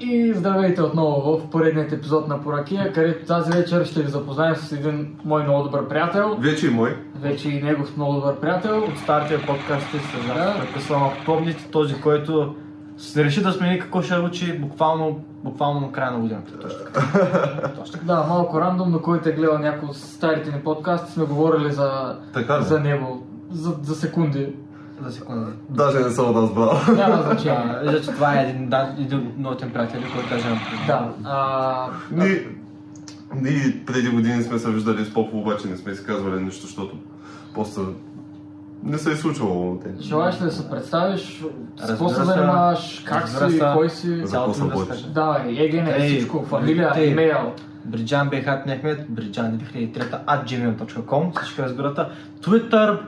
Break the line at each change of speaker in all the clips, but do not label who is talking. И здравейте отново в поредният епизод на Поракия, където тази вечер ще ви запознаем с един мой много добър приятел,
Вече и мой.
вече и негов много добър приятел.
От е старите подкасти с нас
Да.
прекъсвам. Ако помните този, който се реши да смени какво ще учи буквално, буквално на края на годината. Точно така.
Да, малко рандом, но който е гледал някои от старите ни подкасти, сме говорили за,
Така ли?
за него, за, за секунди.
За секунда.
Даже не съм разбрал.
Няма значение.
Да, Иначе това е един, да, един нотен приятел, който даже не познавам.
Да, а,
Ние, ние преди години сме се виждали с Попо, обаче не сме си казвали нищо, защото просто не се е случвало. те.
желаеш ли да се представиш, с какво се
Разбира се.
занимаваш, как
Разбира
си,
се.
кой си?
За
Цялото
какво
ми
се бориш?
разкажа.
Да, ЕГН,
Ей,
всичко, фамилия,
те.
имейл.
Бриджан Бейхат Мехмет, Бриджан 2003, at gmail.com, всички разбирате. Twitter,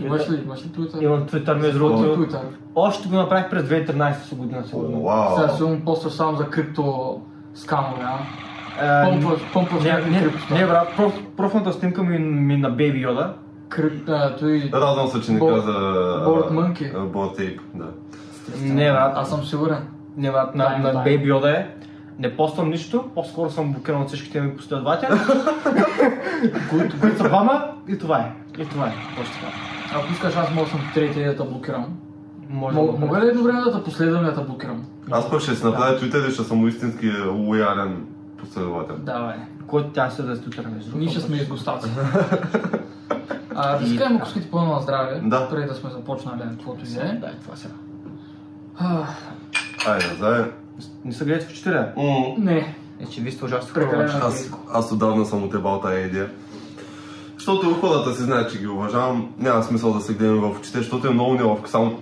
Имаш ли, имаш ли Twitter?
имам Twitter между
Имаш ли
другото.
Twitter?
Още го направих през 2013 година, сигурно.
Сега
Вау!
сигурно постваш само за крипто скамове, а? е
А,
Помпваш, помпваш
Е, Не,
някакви
не,
крипто.
не, брат, проф- профилната снимка ми, ми на Baby Yoda.
Крип, а, той...
Радвам се, че не
Бор-
каза...
Bored Monkey.
Бортейп, да.
Не, брат,
Аз съм сигурен.
не, брат, на,
Тайм,
на
тайм.
Baby Yoda е. Не поствам нищо, по-скоро съм блокиран от всичките ми последователи. които, които са двама и това е. И това е, точно така.
Ако искаш, аз мога да съм в третия да те блокирам.
Може да
Мога,
го
мога ли едно време да те последвам и да те блокирам?
Аз пък ще си направя Twitter и ще съм истински лоялен последовател.
Давай.
Който тя се да се тутър между
Ние ще сме изгостаци. А, да си
И-
кажем, ако ските пълно на здраве,
Да.
преди да сме започнали каквото и да е.
Да, това сега.
А,
Айде, зае.
Не са гледат в четире.
М,
Не,
Е, че вие сте ужасно
Прекалено.
хора.
Аз, аз отдавна съм отебал тая идея. Защото хората си знаят, че ги уважавам. Няма смисъл да се гледаме в очите, защото е много неловко. Само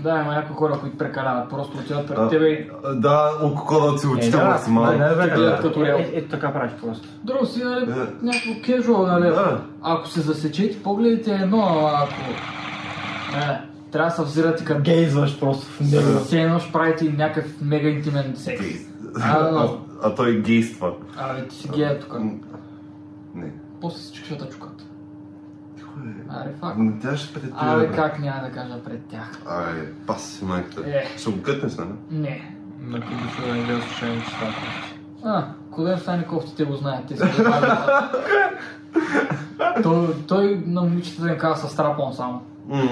да, има някои хора, които прекаляват. Просто отиват пред
А.
тебе и...
Да, около
Е,
си очите
Е, да,
максимално.
да, да,
Те
да,
гледат
да.
като реал.
Е, е, така правиш просто.
Друго си, нали,
Да.
някакво кежуал, нали?
Да.
Ако се засечете, погледите е едно, ама ако... Не, трябва да се взирате към
Гейзваш просто в него.
Все едно ще правите някакъв мега интимен секс.
Гей.
А, да,
А,
да.
а той гейства.
А, бе, ти си гея тук.
М, Не.
После всички ще те чукат.
Тихо е.
Аре, факт.
М, Тя ще пред
Абе, как няма да кажа пред тях?
Ай, пас си майката.
Е.
Ще го кътнеш, нали?
Не.
На които ще да не гледат случайно е. числата.
А, Коден стане кофти, те го знаят. Те са го правили. той, той на момичетата им казва с страпон само.
М.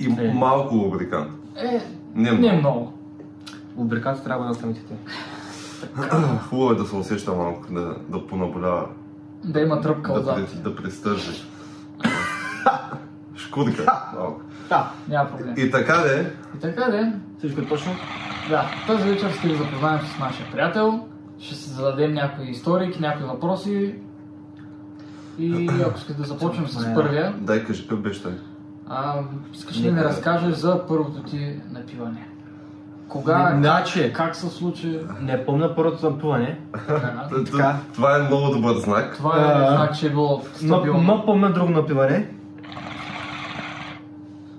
И
Е.
малко лубрикант.
Е,
Не
не
много.
много.
Лубрикант трябва да самите те.
Хубаво е да се усеща малко, да, да понаболява,
Да има тръпка
да,
отзад.
пред- да престържи. Шкурка. малко.
Да,
Няма проблем.
И така де,
И така де,
всичко е точно.
да, тази вечер ще ви запознаем с нашия приятел. Ще си зададем някои истории, някои въпроси. И ако искате да започнем с първия,
дай кажи какъв беше той.
а, искаш ли да ни разкажеш за първото ти напиване? Кога,
Значи,
как се случи?
не помня първото напуване,
Така.
Т- т-
Така.
Това е много добър знак.
Това е
А,
знак, че е било
но,
стабилно.
но помня друго напиване.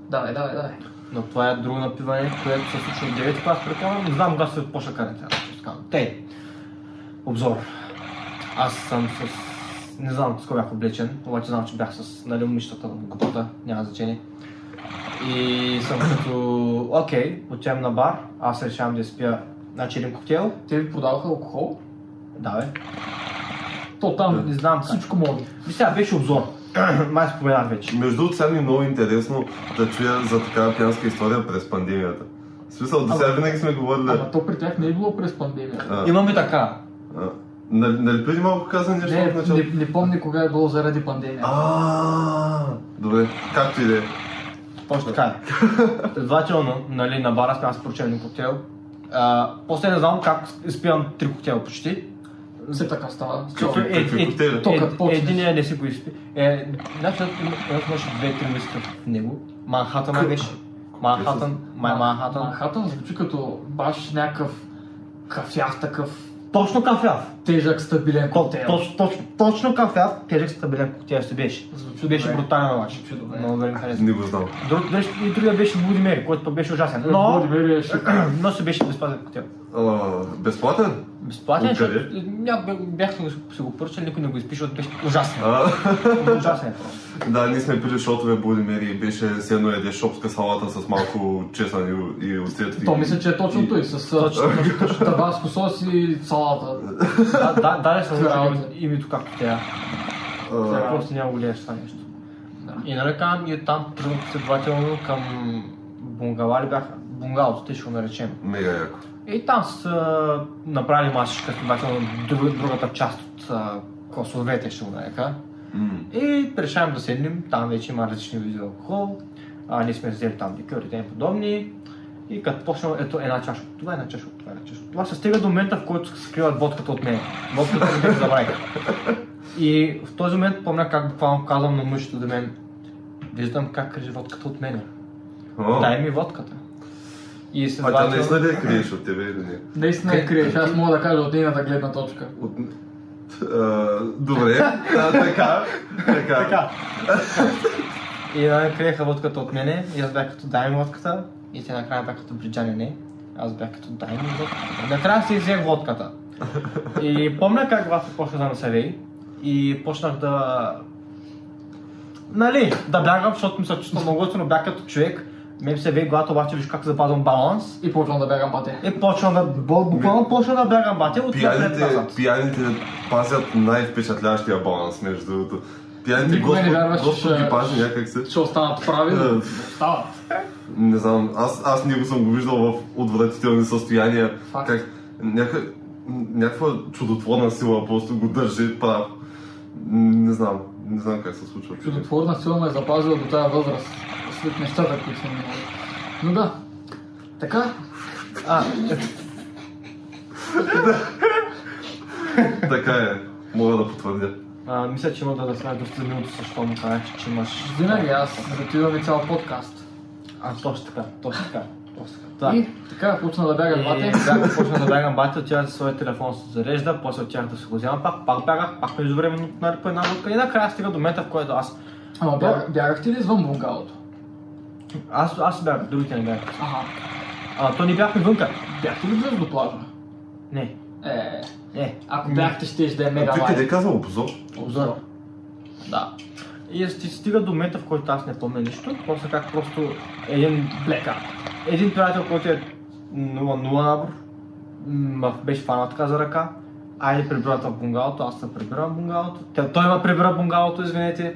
Давай, давай, давай.
Но това е друго напиване, което се случва от 9 клас, предполагам. Не знам кога се почна карате. Тей, обзор. Аз съм с... Не знам с кой бях облечен, обаче знам, че бях с нали, момичетата в групата, няма значение. И съм като, окей, отивам на бар, аз решавам да изпия значи един коктейл.
Те ви продаваха алкохол?
Да, бе.
То там
Не знам как.
всичко може.
И сега беше обзор. Май споменах вече.
Между другото, сега ми е много интересно да чуя за такава пиянска история през пандемията. В смисъл, до сега винаги сме говорили...
Ама то при тях не е било през пандемия.
а,
Имаме така.
а, нали, нали преди малко каза нещо
Не,
в началото?
не, не помня кога е било заради пандемия.
А, добре, както и да е.
Точно така е. Следователно, нали, на бара сме аз поръчам един коктейл. А, после не знам как изпивам три коктейла почти.
Все така става.
Какви-
Е,
какви
е,
коктейли?
То- като
Е,
почнеш.
Единия не си го изпи. Е, значи, аз имаше две-три миска в него. Манхатън май беше. Манхатън, май Манхатън.
Манхатън звучи като баш някакъв кафяв такъв
Точно кафяв.
тежък стабилен
То-
коктейл.
точ- точ- Точно кафяв, тежък стабилен коктейл си беше.
Звучи
беше
добре.
брутален обаче.
Звучи добре.
Много добре ми хареса.
Не го знам.
Друг, беше- и другия беше Будимери, който пък беше ужасен. Но,
Владимир е шик.
но си беше безплатен коктейл.
А, безплатен?
Безплатен,
Откъде?
защото ня- бяхме го- си го поръчали, никой не го изпише, беше ужасен.
А,
Ужасен е просто.
да, ние сме пили шотове Будимир и беше с едно еде шопска салата с малко чесън и, и оцет. и-
То мисля, че е точно
и-
той, с
Точно,
а, табаско сос и салата.
Да, да, даде съм
Това е
името-
работа.
името както тя.
А,
Тя просто няма го гледаш това нещо. И нали там, и там тръгнах последователно към бунгала ли бяха? Бунгалото, те ще го наречем.
Мега яко.
И там са направили масичка, следователно друг, другата част от а, класовете, ще го нарека.
М.
И решавам да седнем, там вече има различни видове алкохол, а ние сме взели там ликьори и тем подобни. И като почна, ето една чаша от това, една чаша от това, една чаша от това, се стига до момента, в който се скриват водката от мен. Водката от мен забравих. И в този момент помня как буквално казвам на мъжето до мен, виждам как крие водката от мен.
О,
Дай ми водката. И
А тя
следователно...
наистина ли я криеш от тебе или не?
Наистина е криеш, аз мога да кажа от нейната гледна точка.
От... А, добре, а, така, така.
Така. и да, криеха водката от мене и аз бях като дай ми водката и те накрая бях като бриджани не. Аз бях като дай ми водката. Накрая си взех водката. И помня как вас почна да населей и почнах да... Нали, да бягам, защото ми се чувствам много готино, бях като човек. Мем се вей главата, обаче виж как запазвам баланс.
И почвам да бягам пате.
И почвам да... Буквално почна да бягам бате от
Пияните,
напред-назад.
пияните пазят най-впечатляващия баланс, между другото. Пияните
Никога не
Господ,
вярваш,
Господ ги
че-
пази някак се.
Ще останат прави,
Е.
но остават.
Не знам, аз, аз него съм го виждал в отвратителни състояния.
Факт.
Как няка, някаква чудотворна сила просто го държи прав. Не знам, не знам как се случва.
Чудотворна сила ме е запазила до тази възраст. След нещата, които съм минал. Но да. Така,
А,
Така е, мога да потвърдя.
а, мисля, че мога да разкажа доста за минуто, защо му казах, че имаш...
винаги аз зативам и цял подкаст.
А, точно така, точно така, точно така. Да. Е,
И така, почна да бягам
И
пате.
бях почна да бягам бати, отивах за своя телефон да се зарежда, после отивах да се го взема пак, пак бягах, пак междувременно нали, по една лодка и накрая стига до момента, в който аз...
Ама бя- бягахте ли извън бунгалото?
Аз, аз бях, другите не бяха.
Ага.
А, то не бяхме вънка.
Бяхте ли близо до плажа?
Не,
Е,
не.
ако бяхте, щеш да е
Ами, А
мега
ти
лайк.
къде каза обзор?
Обзор. Да.
И сти- стига до момента, в който аз не помня нищо, после как просто един
Блека.
Един приятел, който е 0-0 набор, м, ме беше фанал така за ръка. Айде прибирате в бунгалото, аз не прибирам в бунгалото. Те- Той ме прибира в бунгалото, извинете.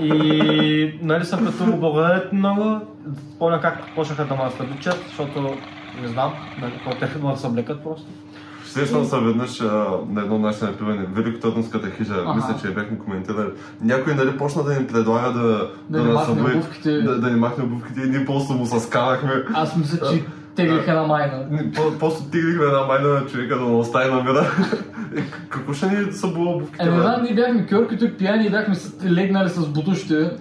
И нали съм като му благодаря ти много. Спомня как почнаха да ме разтъбичат, защото не знам, нали, какво те да се облекат просто.
Срещнал съм веднъж а, на едно наше напиване, Великотърновската хижа,
Аха.
мисля, че я бяхме коментирали. Някой нали почна да ни предлага да,
Да ни махне
насъбуе-
обувките.
да, да ни махне обувките и ние просто му се скарахме.
Аз мисля, че теглиха на майна.
Ни- по- Просто тигрихме една майна на човека да не остави на мира. Е, к- Какво ще ни събува обувките?
Е, не
бе?
знам, ние бяхме кьорките пияни и бяхме с- легнали с бутушите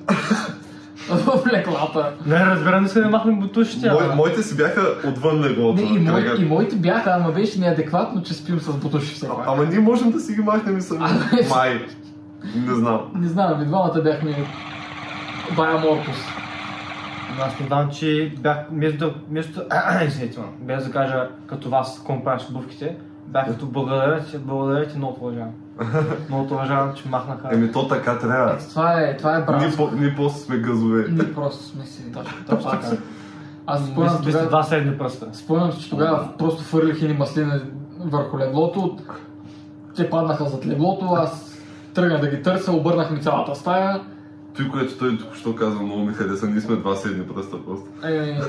в леклата.
Не, разбира, не се да махнем бутушите.
Мой-
ама-
моите си бяха отвън леглото.
Не, и, мои,
кръга.
и моите бяха, ама беше неадекватно, че спим с бутуши все
А-
пак.
Ама ние можем да си ги махнем и сами.
Абе.
Май. Не знам.
Не знам, ви двамата бяхме Бая Моркус.
Но Аз не знам, че бях между... между... Извинете, ма, без да кажа като вас, кому правиш обувките, бях като благодаря ти, благодаря ти, много те уважавам. Много те уважавам, че махнаха.
Еми то така трябва.
Това е, това е
Ние,
брат.
по- ние просто сме газове.
Ние просто сме си точно точно така. Аз
Вие
спомням
сте- вие сте
тогава,
два средни пръста.
спомням си, че тогава просто фърлих едни маслини върху леглото. Те паднаха зад леглото, аз тръгнах да ги търся, обърнах ми цялата стая.
Той, което той току-що каза, много ми хареса. Ние сме два седни пръста просто.
Е,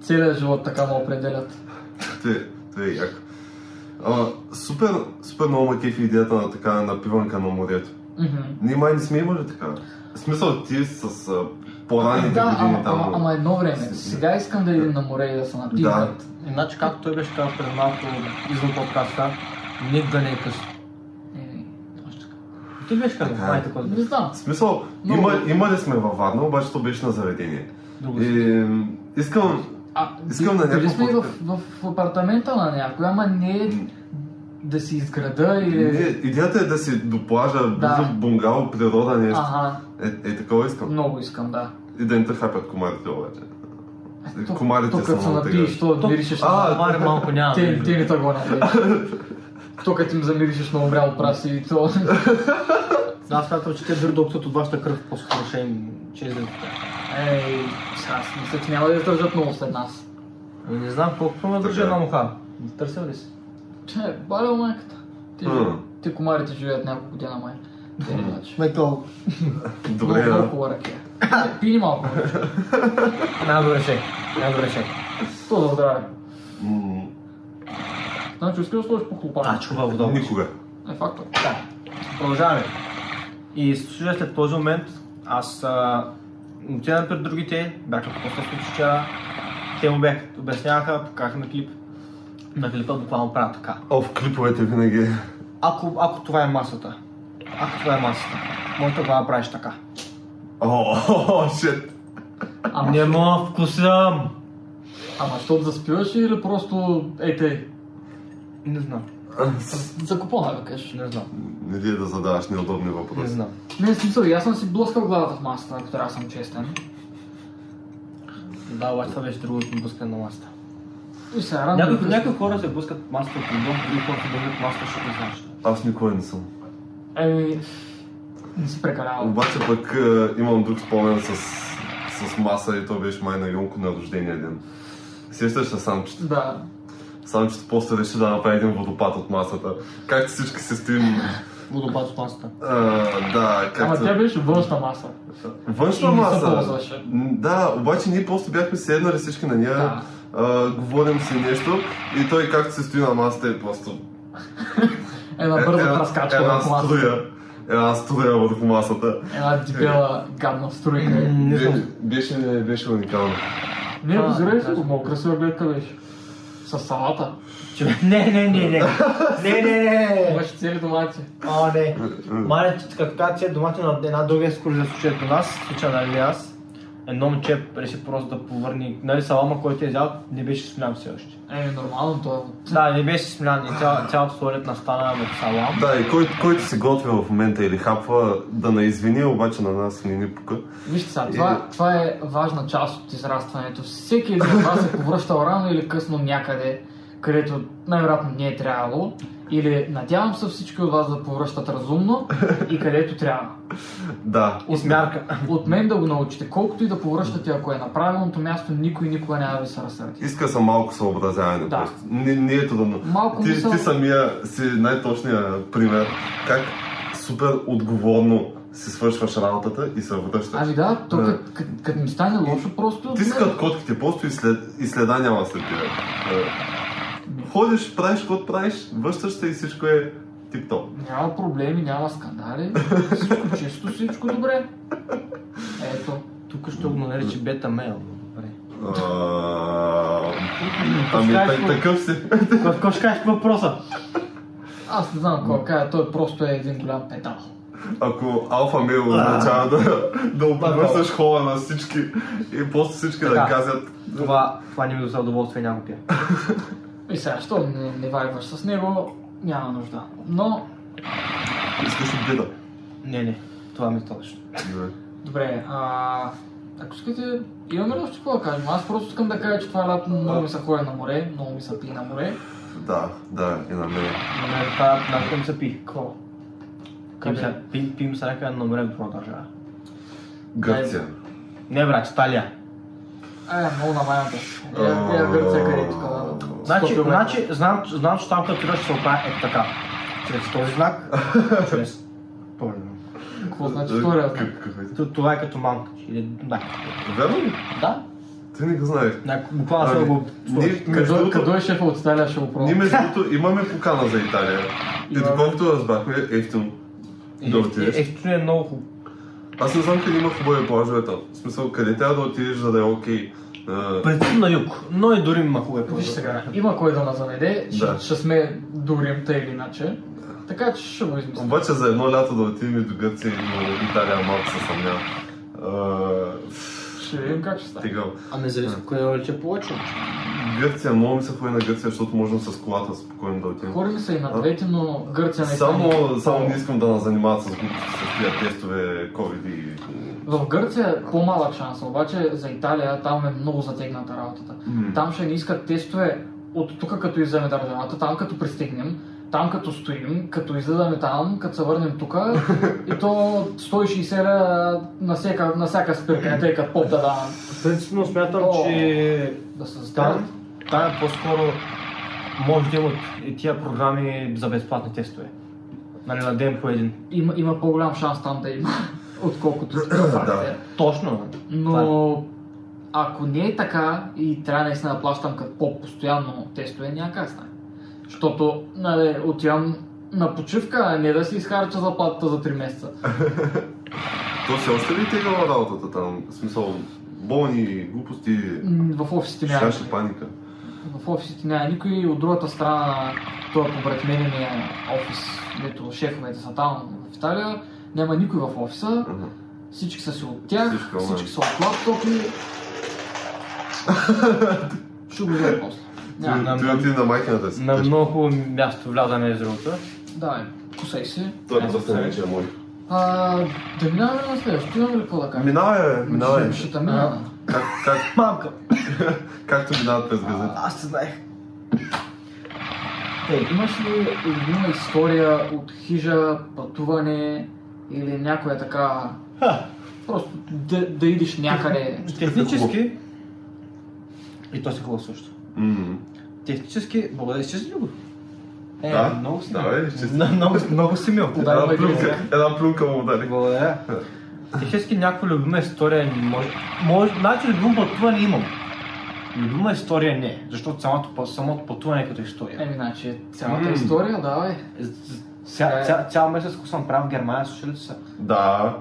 целият живот така ме определят.
Той, е- той е яко. А, супер, супер много ме кефи идеята на така напиванка на морето.
Мгм.
Ние май не сме имали така. В смисъл ти с а, по-ранните
Да,
години
ама,
Ами, там.
ама, ама едно време. Сега искам да идем на море и да се
Да.
напивам.
Иначе, както той беше казал преди малко извън подкаста, никога не е късно.
Е, точно така.
Ти ли беше казал,
Така е.
май така.
Не знам.
В смисъл,
Много.
има, имали сме във Варна, обаче то беше на заведение.
Друго си.
И, м, искам,
А,
Искам е на
били
някакъв
сме и в,
подкаст.
в, в апартамента на някой, ама не е да си изграда или...
Не, идеята е да си до плажа, да. бунгало, природа, нещо.
Ага,
Е, е, такова искам.
много искам, да.
И да не те хапят комарите обаче.
Тук-
Комарите
Тук
са
като се
много тегави.
напиеш, то
Тук-
миришеш
А,
на...
Маре е малко няма. да
Те,
видя.
те не тръгва на Тук Ами, като им замиришеш на умрял праси и то...
Да, аз смятам, че те дори да опитат от вашата кръв, по-скоро ще им ще излезат. от тях.
Ей, аз мисля, че няма да издържат много след нас.
Ами Не знам колко ме държи
Така. е.
една муха. Търсил ли си?
Че, баля майката. Те,
М.
те комарите живеят няколко година май. Те не значи.
Метал.
Добре,
Много
да.
хубава ракия. Е, Пини малко.
Най-добре шек. Най-добре шек.
То за здраве.
М,
Значи, искаш да сложиш по хлопа.
А, чува вода.
Никога.
Е, факт. е.
Да. Ами, Продължаваме. И слушай, след този момент, аз а, отидам пред другите, бяха просто случи вчера. Те му бях, обясняваха, показахме клип. На клипа буквално правя така.
О, в клиповете винаги е.
Ако, ако това е масата, ако това е масата, може тогава правиш така.
О, шет.
Ама,
Не мога вкусам!
ама защото заспиваш или просто... Ей, те,
Не знам,
за купона да кажеш.
не знам,
Не ти е да задаваш неудобни
не
въпроси.
знам.
Не, в смисъл, и аз съм си блъскал главата в масата, ако трябва да съм честен.
Да, обаче това беше другото ми блъскане на масата.
И се рано.
Някои, някои хора се блъскат масата от дом, други хора се блъскат масата, защото не знаеш.
Аз никога не съм.
Еми, не си прекалявал.
Обаче пък е, имам друг спомен с, с маса и то беше май на Йонко на рождения ден. Сещаш се самчето?
Да.
Самчето после реши да направи един водопад от масата. Както всички се стоим...
Водопад с масата.
а, да,
Ама
както...
тя беше външна маса.
Външна
И не се
маса.
ползваше.
М, Да, обаче ние просто бяхме седнали всички на нея,
Да.
а, говорим си нещо и той както се стои на масата е просто
Една бърза
Една-
разкачка
Е, една
на масата.
струя. Една струя Е, върху масата.
Една дебела гадна струйка.
Не
Бе-
знам.
Беше, беше уникално.
Не,
А,
взирай се,
да.
много красива гледка беше. С салата.
Че- Не, не, не, не. Не, не, не.
Имаше Е, цели домати.
О, не. Мале, като каза, че домати на една друга екскурзия случая до нас, случая нали аз, едно момче реши просто да повърне, нали салама, който е взял, не беше смян все още.
Е, нормално то.
Да, не беше смян и цял, цялото сорет настана в салам.
Да, и кой, който се готви в момента или хапва, да не извини, обаче на нас не ни пука.
Вижте сега, това, това е важна част от израстването. Всеки един от вас е повръщал рано или късно някъде, където най-вероятно не е трябвало. Или надявам се всички от вас да повръщат разумно и където трябва.
Да.
И смярка.
От мен да го научите, колкото и да повръщате, ако е на правилното място, никой никога няма да ви се разсърди.
Иска съм малко съобразяване.
Да.
просто. Не, не е трудно.
Малко
ти,
мисъл-
ти самия си най-точният пример. Как супер отговорно си свършваш работата и се връщаш.
Ами да, то
Да.
кът- кът- като ми стане лошо, просто...
Ти си като котките, просто и, след, и следа няма след тебе. Е, Ходиш, правиш каквото правиш, връщаш се и всичко е тип-топ.
Няма проблеми, няма скандали, всичко чисто, всичко добре. Ето.
Тук ще го нарече бета мейл. Добре.
А, Е, Ами
Подскажеш
так-
ли?
такъв си.
Какво- Какво ще кажеш по въпроса?
Аз не знам какво да кажа, той просто е един голям педал.
Ако алфа мейл означава да, да обвързваш хола на всички и просто всички да
Така.
газят.
Това, това не ми доставя удоволствие, няма го пия.
И сега, що не, не вайваш с него, няма нужда. Но,
Искаш ли бита?
Не, не, това ми е точно.
добре, а, ако искате, имаме ли още какво да кажем? Аз просто искам да кажа, че това лято много ми се ходи на море, много ми се пи на море.
Да, да, и на мен.
На мен това на към се пи.
Какво?
Пим
Къде?
се, пим, пим се някъде на море в друга държава.
Гърция.
Не, брат, Италия.
Е, много на майната. Е, е, Гърция къде е тук. да.
Значи,
100 километра.
значи знам, знам, че там като тръгнеш ще се оправя е така. Чрез този знак, чрез този знак.
Какво значи втория? знак?
Как- какво е?
Т- Това е като мамка. Или да.
Верно ли?
Да? Ами,
Ти не го знаех.
Няко- Буквално се го...
ние, между
Къде,
другото,
къде е шефа от Италия, ще го
Ние
пробвам.
между другото имаме покана за Италия. И
Имаме.
доколкото разбрахме, ефтино. Да отидеш.
Ехто е много хубаво.
Аз не знам къде има хубави плажове там. В смисъл, къде трябва да отидеш, за да е окей. А,
Предсим на юг, но и дори има хубаво. е
Виж сега, има кой да нас заведе, ще,
Да.
ще сме дурим тъй или иначе. Така че ще го измислим.
Обаче за едно лято да отидем и до Гърция и до Италия малко се съмнявам.
Ще видим как ще стане.
Тега.
А не Ами, зависи кое е да рече повече.
Гърция, много ми се ходи на Гърция, защото можем с колата спокойно да отидем.
Хори ми са и на двете, но Гърция не е
Само, само не искам да нас занимават с глупости с тия тестове, COVID и...
В Гърция е по-малък шанс, обаче за Италия там е много затегната работата.
М.
Там ще ни искат тестове от тук, като излезем държавата, там като пристигнем, там като стоим, като излезаме там, като се върнем тук и то 160 лева на всяка, на всяка спирка, не тъй като поп да давам.
Принципно смятам,
О.
че
Да се заставят.
там, там е по-скоро може да имат и тия програми за безплатни тестове. Нали, на ден по един.
Има, има по-голям шанс там да има, отколкото тук. факт
Да.
е.
Точно. Това
е.
Но ако не е така и трябва наистина да плащам като по-постоянно тестове, няма как да стане. Защото нали, отивам на почивка, а не да си изхарча заплатата за 3 месеца.
То се още ли е тегала работата там? В смисъл, болни, глупости,
М, В офисите няма.
шаше паника.
В офисите няма никой. От другата страна, това по мен е офис, дето шефовете са там в Италия. Няма никой в офиса.
Ага.
Всички са си от тях,
Всички
всички,
онлайн.
са от лаптопи. Ще го взема после.
Ти-
Няма.
да,
Ти
да.
отиде на макината си.
На много хубаво място е вляза на езерото.
Давай, кусай се.
Той е доста вече, може.
А, да минаваме на следващото, имаме ли какво да кажем?
Минава е, минава е.
Ще- Ще там минава.
Как, как,
Мамка!
както минават през газета.
Аз се знаех.
Е, имаш ли любима история от хижа, пътуване или някоя така...
Ха.
Просто да, да идиш някъде.
Технически... И то се хубаво също.
М.
Технически, благодаря, изчисти ли го? Е,
Да,
много си
давай,
мил.
изчисти.
М- много, много си мил.
Да,
Една
бе,
плюнка,
да.
една плюнка му удари.
Благодаря. Технически някаква любима история не може... може значи любимо пътуване имам. Любима история не, е, защото самото, път- самото пътуване е като история.
Еми, значи, цялата
М.
история, давай.
Е, з- Ця, ця, цял месец, ако съм правил в Германия, слушали са.
Да.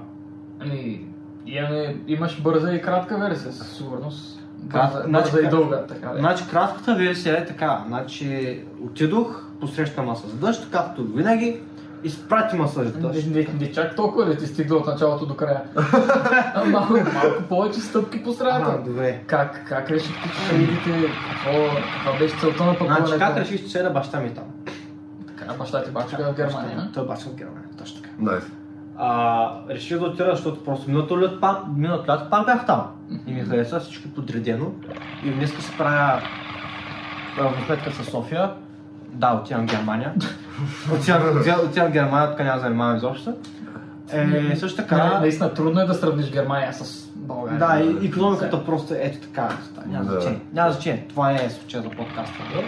Ами, имаме, имаш бърза и кратка версия, със сигурност. Бърза,
Кратка, значи
бърза и
кратка.
дълга, така да. е.
Значи кратката версия е така. Значи отидох, посрещна ма с дъжд, както винаги, изпрати ма с дъжд.
Не, не, не чак толкова да ти стигна от началото до края. малко, малко повече стъпки по
Ага,
средата.
добре.
Как, как решихте, че ще видите какво, каква беше целта на пътуването?
Значи как реших, че е да баща ми е там?
Така, баща ти бачка в Германия.
Той е баща в Германия, точно така.
Найс.
А, реших да отида, защото просто миналото лято пак, миналото лято пак бях там. И ми хареса всичко е подредено. И днес се правя равносметка с София. Да, отивам в Германия. отивам, отивам- отивам в Германия, така няма да занимавам изобщо. Е, също
Така,
така...
наистина трудно е да сравниш Германия с България.
Да, и економиката просто е ето така. ста- Няма
Да.
значение. Няма значение. Това не е случая за подкаста. бе.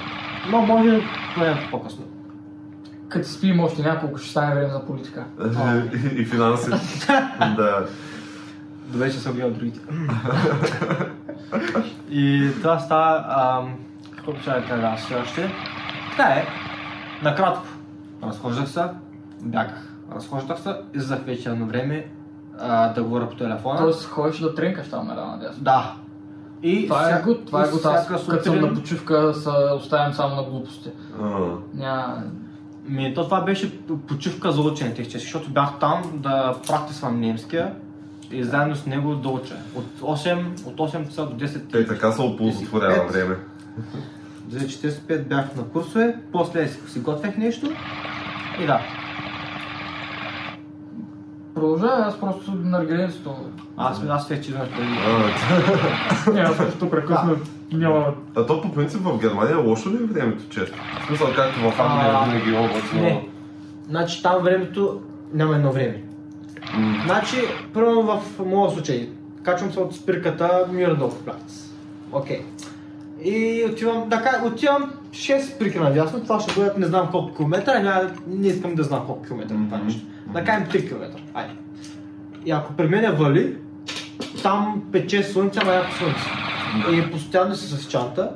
Но може да поемем по-късно.
Като си спим още няколко, ще стане време за политика.
И финанси. Да.
Добре, че съм гледал другите. и това става... Ам, какво ще да кажа аз все още? Така е. Накратко. Разхождах се. Бягах. Разхождах се. Излизах вече на време а, да говоря по телефона.
Тоест, ходиш да тренкаш там на надясно.
Да. И
Това е
всяка-
гуд, това е
и
гуд. Аз
всяка
като съм
сутрин-
на почивка, са- оставям само на глупости.
А.
Няма...
Ми, то това беше почивка за учене технически, защото бях там да практисвам немския и заедно с него да уча. От 8, от 8 часа до 10.
Те така се оползотворява време.
За 45 бях на курсове, после си, си готвех нещо и да.
Продължавай, аз просто наргеленството.
Аз, аз вече имах преди.
А,
Няма, просто прекъсна. Няма.
А то по принцип в Германия лошо ли е времето често? В смисъл както в Англия
А,
винаги е облачно.
Не. Значи там времето няма едно време.
М.
Значи, първо в моя случай, качвам се от спирката Мирндорф плац. Окей. И отивам, да, ка- отивам 6 спирки надясно, това ще бъдат не знам колко километра, няма, не искам да знам колко километра е това
Мгм.
нещо. Да кажем 3 км, айде. И ако при мен е вали, там пече слънце, ама е яко слънце. И постоянно си с чанта,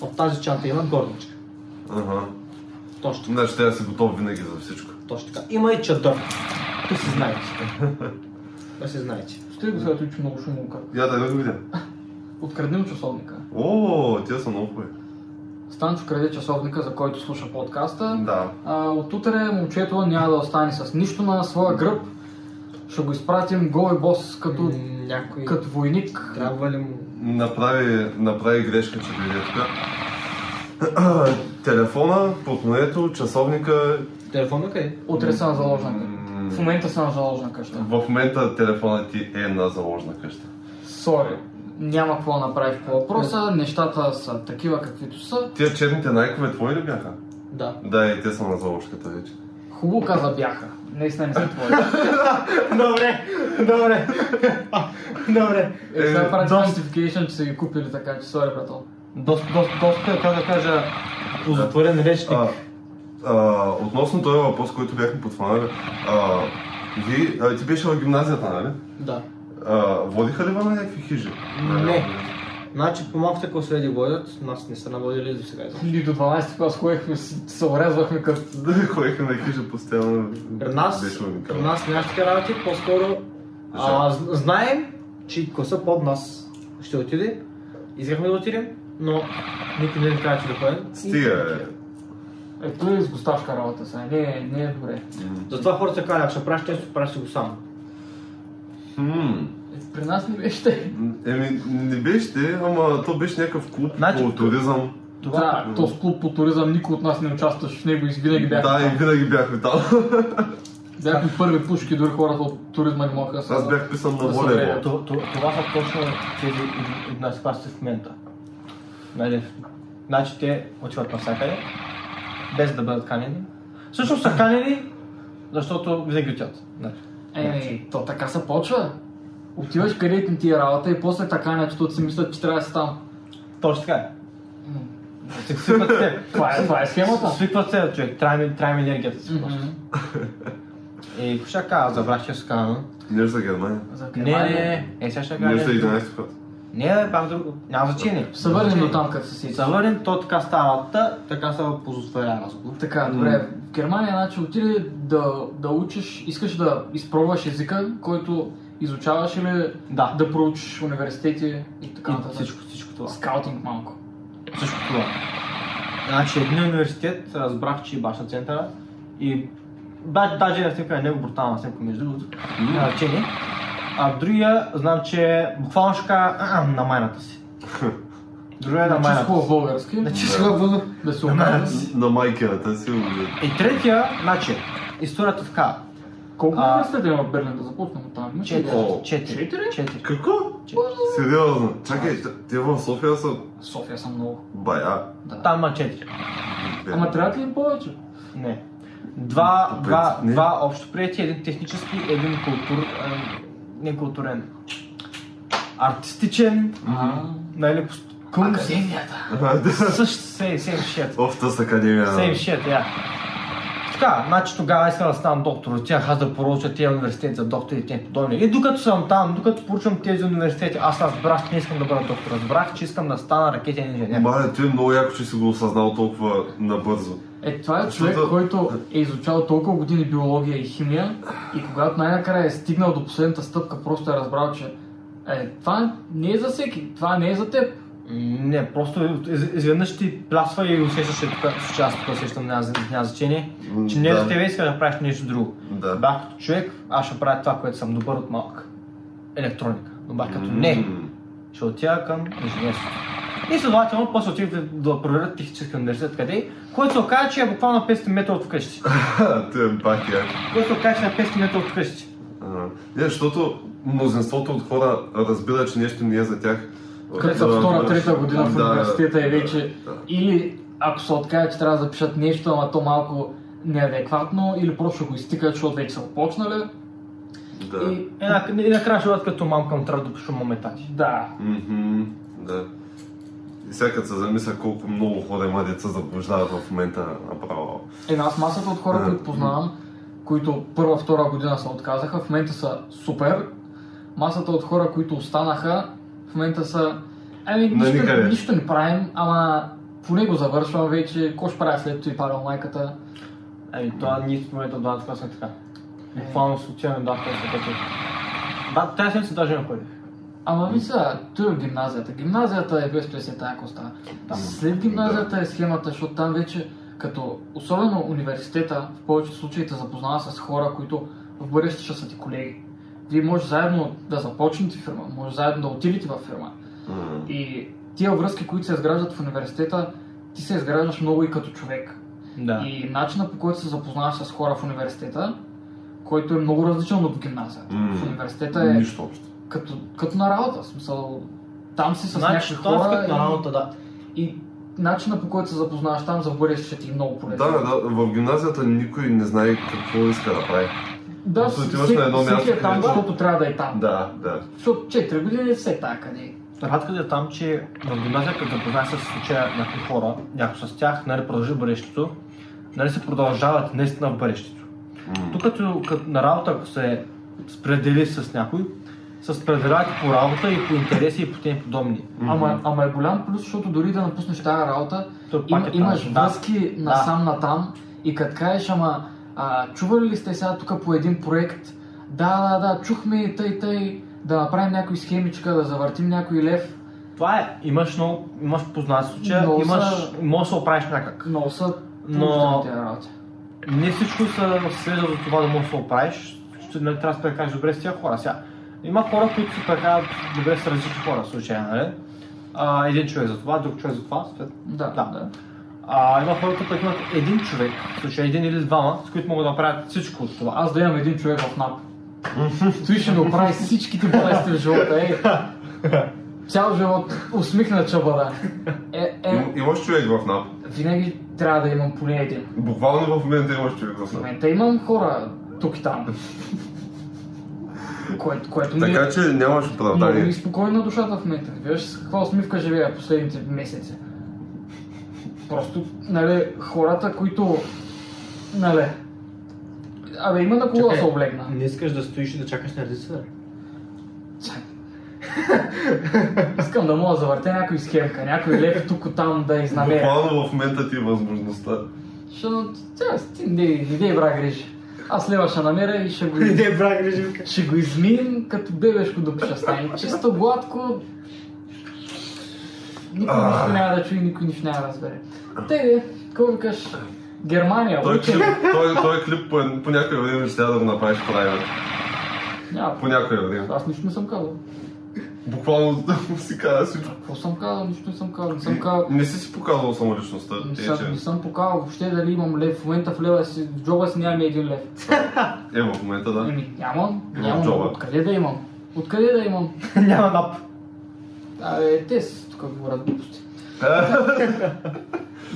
от тази чанта има горничка.
Ага.
Точно така,
Значи трябва да си готов винаги за всичко.
точно така. Има и чадър. Да си знаете. Да си знаете.
Ще го сега че много шумулка.
Я да е го видя.
Откраднем часовника.
О, тия са много хубави.
Станчо краде часовника, за който слуша подкаста.
Да.
А, от утре момчето няма да остане с нищо на своя гръб. Ще го изпратим гол и бос като,
Е, някой
като войник.
трябва ли му...
Направи, направи грешка, че дойде тук. Телефона, портмонето, часовника.
Телефона къде?
Утре съм заложник.
М,
В момента съм в заложна къща.
В момента телефонът ти е на заложна къща.
Сори. Няма какво да направиш по въпроса. Нещата са такива каквито са.
Тия черните найкове твои ли бяха?
Да.
Да, и те са на заложката вече.
Хубаво каза бяха. Наистина не са твои.
Добре, добре. добре.
Е, сега
Е,
прави
доста-
justification, че са ги купили така, че сори, брато.
Доста, доста, доста, как да кажа, позатворен речник.
А, а, относно този въпрос, който бяхме подхванали, а, ви, а, ти беше в гимназията, нали?
Да.
А, водиха ли ви на някакви хижи?
Не. Значи по малките класове водят, нас не са наводили до сега.
Или до 12 клас ходихме, с- се урязвахме като...
Да, ходиха е на хижа постоянно.
При нас,
Беше
при
уникално.
нас нямаше такива работи, по-скоро а, з- знаем, че класа под нас ще отиде. Изряхме да отидем, но никой не ни каза, че да ходим.
Стига, е.
Е, той е с госташка работа сега. Не, не е добре.
Затова хората казват, ако ще правиш тесто, правиш си го сам.
М.
Е, при нас не беше. те.
Еми, не беше, те, ама то беше някакъв клуб
Значи-
по туризъм.
Да, то с клуб по туризъм никой от нас не участваше в него и винаги бяхме.
Да, и
там.
винаги бяхме там.
Бяхме първи пушки, дори хората от туризма не могат да се...
Аз бях писан на
Да се
волейбол.
греят.
То- то- Това са точно тези еднадцатикласници в момента. Нали, Значи те отиват навсякъде, без да бъдат канени. Всъщност са канени, защото винаги отиват. Нали.
Еми, Е, то така се почва. Отиваш където не ти е работа и после така не, защото си мислят, че трябва да си там.
Точно така е.
М.
Свикват се.
Това е, това е схемата.
Свикват се, човек. Трябва ми, трябва ми енергията си. просто.
Мгм.
И какво ще кажа, забрах, че с кана.
Не за Германия.
За
Не, не,
Германия.
не. Е, сега ще
Не за
кажа.
11 път.
Не, бе, пак друго. Няма значение.
Ще се върнем
Значи-
до там, като се си.
Завърнем, то така става, та, така се позотваря разговор.
Така, добре. В Германия, значи, отиде да, да учиш, искаш да изпробваш езика, който изучаваш или
Да.
да проучиш университети и така
И
нататък.
всичко, всичко това.
Скаутинг малко.
Всичко това. Значи един университет, разбрах, че е башна центъра и ба, даже на снимка е него брутална снимка, между другото. Няма значение. А другия, знам, че буквално ще кажа «А, а, на майната си. Другия е на
Значи с
майната
хубав
си.
български.
Значи с хубаво.
Да се
майната
окаже.
си.
На майкината си.
И третия, значи, историята така.
Колко
А-
университета има в Берлин да започнем от там? Имаш ли идея?
О.
Четири. Четири.
Четири?
Четири.
Какво?
Четири.
Сериозно. Чакай, те в София са
София съм много.
бая.
Да.
Там има четири.
Ама трябва ли им повече?
Не. Два,
По
два,
принцип не.
два общо прияти, един технически, един култур, а, не културен, артистичен,
А,
нали, кунст.
Академията.
Ага, Е, да.
Същ, same, same shit.
Офта с академия.
Same shit, я. Така, значи тогава искам да ставам доктор, отивах аз да поруча тези университети за доктори и тем подобни. И докато съм там, докато поручвам тези университети, аз разбрах, че не искам да бъда доктор, разбрах, че искам да стана ракетен инженер.
Мале, ти е много яко, че си го осъзнал толкова набързо.
Е, това е
Защото-
човек, който е изучал толкова години биология и химия и когато най-накрая е стигнал до последната стъпка, просто е разбрал, че е, това не е за всеки, това не е за теб.
Не, просто из- изведнъж ти плясва и усещаш, че тук, че аз тук усещам, няма, няма значение,
М,
че не е
да.
за тебе искаш да правиш нещо друго.
Да.
Бях като човек, аз ще правя това, което съм добър от малък. Електроника. Но бях като не,
М,
ще отида към инженерство. И следователно, после отих да, да проверя технически университет къде, който се оказа, че е буквално на 500 метра от вкъщи.
ха, Ти е бак яко.
Който се оказа, че е на 500 метра от вкъщи.
А, Не, защото мнозинството от хора разбира, че нещо не е за тях.
Като са втора, трета година в
Да,
университета и
да,
вече.
да.
Или ако се откаже, че трябва да запишат нещо, ама то малко неадекватно, или просто ще го изтикат, защото вече са почнали.
Да.
И
И, на, и накрая ще бъдат като мамка, му трябва да пишу мометати.
да,
Мгм, Да. И сега като се замисля колко много хора има деца заблуждават в момента направо.
Една Е, аз масата от хора,
Да.
които познавам, които първа, втора година се отказаха, в момента са супер. Масата от хора, които останаха, в момента са... Ами,
На
нищо,
никъде.
нищо не правим, ама поне го завършвам вече. Какво ще правя след това и Павел майката?
Ами това ние в момента два класа сме така.
Е.
Буквално с отиваме да класа като. Да, тази седмица даже не ходих.
Ама ми сега, той е в гимназията. Гимназията е без 50 тая коста. След гимназията е схемата, защото там вече, като особено университета, в повечето случаи те запознава с хора, които в бъдеще ще са ти колеги. Вие може заедно да започнете фирма, може заедно да отидете във фирма.
М,
И тия връзки, които се изграждат в университета, ти се изграждаш много и като човек.
Да.
И начина по който се запознаваш с хора в университета който е много различен от гимназията.
М.
В университета е
Нищо общо.
като, като на работа, в смисъл. Там си с
Значи,
някакви
това е
хора
като
и-
на работа, да.
и начина по който се запознаваш там за в бъдеще ще ти е много полезно.
Да, да, в гимназията никой не знае какво иска да прави.
Да,
Просто отиваш
всеки,
на едно
всеки
място,
е там,
където-
защото трябва да е там.
Да, да.
Защото 4 години е все така къде. е.
Разликата е там, че в гимназия, като запознаеш с случая някакви хора, някой с тях, нали, продължи бъдещето, нали, се продължават наистина в бъдещето.
М.
Тук като, като на работа, ако се спредели с някой, се спределяват и по работа, и по интереси, и по тем подобни.
Мгм.
Ама, ама е голям плюс, защото дори да напуснеш тази работа,
То пак
им,
е там.
имаш
Да.
връзки насам натам и като кажеш, ама а, чували ли сте сега тук по един проект? Да, да, да, чухме тъй, тъй, да направим някой схемичка, да завъртим някой лев,
Това е, имаш много, имаш познат случая,
Много
имаш,
са-
може да се оправиш някак.
но са
Но-
положителни тези работи.
Не всичко се свежда до това да можеш да се оправиш, ще нали, трябва да се прекараш добре с тия хора сега. Има хора, които се прекарат добре с различни хора в случая, нали? А, един човек за това, друг човек за това, след
Да,
Да.
да. да.
А, има хора, които имат един човек, в случай един или двама, с които могат да правят всичко от това.
Аз да имам един човек в НАП. Той ще ми оправи всичките болести в живота. Е, цял живот усмихна чабада. Е, е,
Им- Имаш човек в НАП.
винаги трябва да имам поне един.
Буквално в момента имаш човек в
В
НАП.
момента имам хора тук и там. Което, което ми е
Така че нямаш
много ми е
оправдание.
спокойна душата в момента. Не Виж с каква усмивка живея последните месеци. Просто, нали, хората, които, нали, Абе, има на кого да се облегна.
Е, Не искаш да стоиш и да чакаш на редица?
Чакай. Искам да мога да завъртя някой схемка, някой лев тук там да изнамеря.
Буквално в момента ти е възможността.
Ще на... Тя, ти не, не дей бра грижи. Аз лева ще намеря и ще го, из-
Не, брак, режимка.
ще го измием като бебешко до ще стане. Чисто гладко. Никой нищо няма да чуе, никой нищо няма да разбере. Те, де, какво викаш? Германия,
Той клип,
учен.
той, той клип по, по някое време ще трябва да го направиш правилно.
Няма.
По някое време.
Аз нищо не съм казал.
Буквално си каза всичко.
Какво съм казал? Нищо не съм казал. Не съм казал.
Не си си показвал самоличността.
Не
Е,
съм, не
че-
съм покарал въобще дали имам лев. В момента в, лева си, в джоба си нямам и един лев.
е, в момента да.
Еми, нямам,
Имам
нямам.
джоба.
Ами, Откъде да имам? Откъде да имам?
Няма нап.
Абе, те са тук говорят глупости.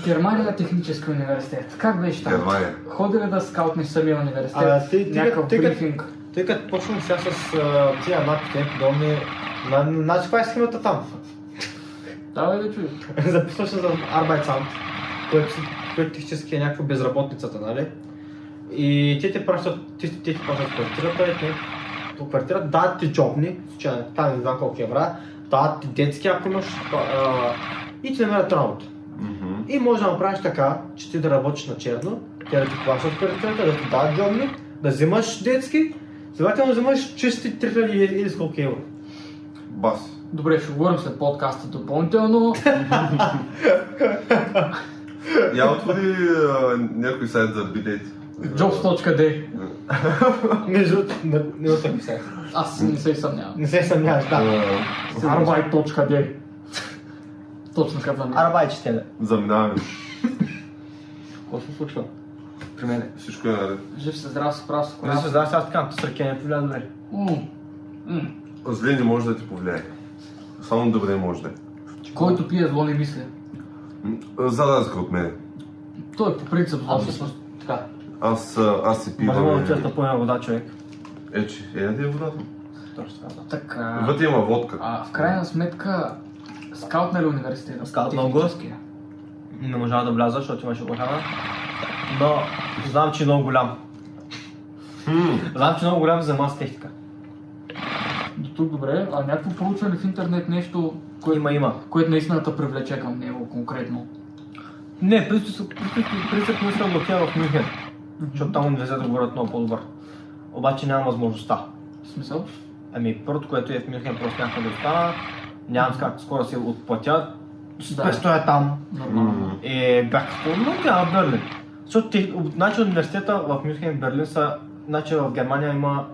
Германия технически университет. Как беше там?
Германия.
Ходи ли да скаутнеш самия университет?
Абе, ти- ти-
Някакъв
ти- ти-
брифинг.
Тъй като почвам сега с а, тия напите, подобни, на- на- значи каква е схемата там?
Давай да чуеш.
Записваш се за Arbeitsamt, което, си- което технически е някаква безработницата, нали? И те те пращат, те, те ти пращат в квартирата, и те до квартирата дават ти джобни, в случая, там не знам колко евра, дават ти детски, ако имаш, а, а, и ти намерят работа.
Мгм.
И може да направиш така, че ти да работиш на черно, те да ти плащат квартирата, да ти дават джобни, да взимаш детски, следователно взимаш чисти 3000 или- или с колко евро.
Бас.
Добре, ще говорим след подкаста допълнително.
Я отвори а, някой сайт за билети.
Jobs.d.
Между другото, не- не го търпи сега.
Аз не се и съмнявам.
Не се съмняваш, да.
А,
Arbeit.d. Точно като за мен.
Арбайче тебе.
Заминаваме.
Какво се случва? При мен.
Всичко е наред.
Жив се здрав, се прав, се
Не Нали се
прав.
знае сега така, с нали? ръке не повлия добре.
М, м.
Зле не може да ти повлияе. Само добре може да е.
Който пие зло не мисли.
М, За разлика от мен.
Той е по принцип зло.
Аз също така.
Аз, а, аз си
Може да отидеш
пивам.
да поема вода човек.
Е, че е да ти е водата.
Точно така.
Така.
Вътре има водка.
А в крайна сметка, скаут нали университета?
Скаут на
Техническия.
Не можа да вляза, защото имаше охрана. Но знам, че е много голям.
Хм.
Знам, че е много голям за маса техника.
До тук добре. А някакво проучване в интернет нещо, кое-
Има, има.
което наистина те привлече към него конкретно?
Не, принцип- принцип- принципно съм отива в Мюнхен. Защото там университетът говорят много по-добър. Обаче няма възможността.
В смисъл?
Ами първото, което е в Мюнхен, просто някъде да остана. Нямам как скоро се отплатя.
Да.
Престоя там.
Нормално.
Е, бях по много в Берлин. Защото те- значи университета в Мюнхен и Берлин са... Значи в Германия има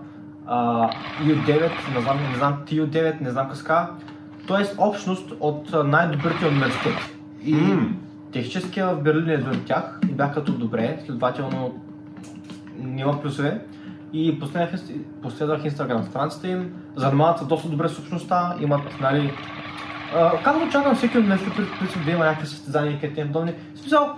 а, U9, не знам, не знам, TU9, не знам къска. Тоест общност от а, най-добрите университети. И
М.
техническия в Берлин е един от тях и бях като добре, следователно няма плюсове. И последвах, инст- последвах Instagram страницата им, занимават се доста добре с общността, имат, нали... а, Казвам, чакам всеки от нещо, при- принцип да има някакви състезания и къде подобни. В смисъл,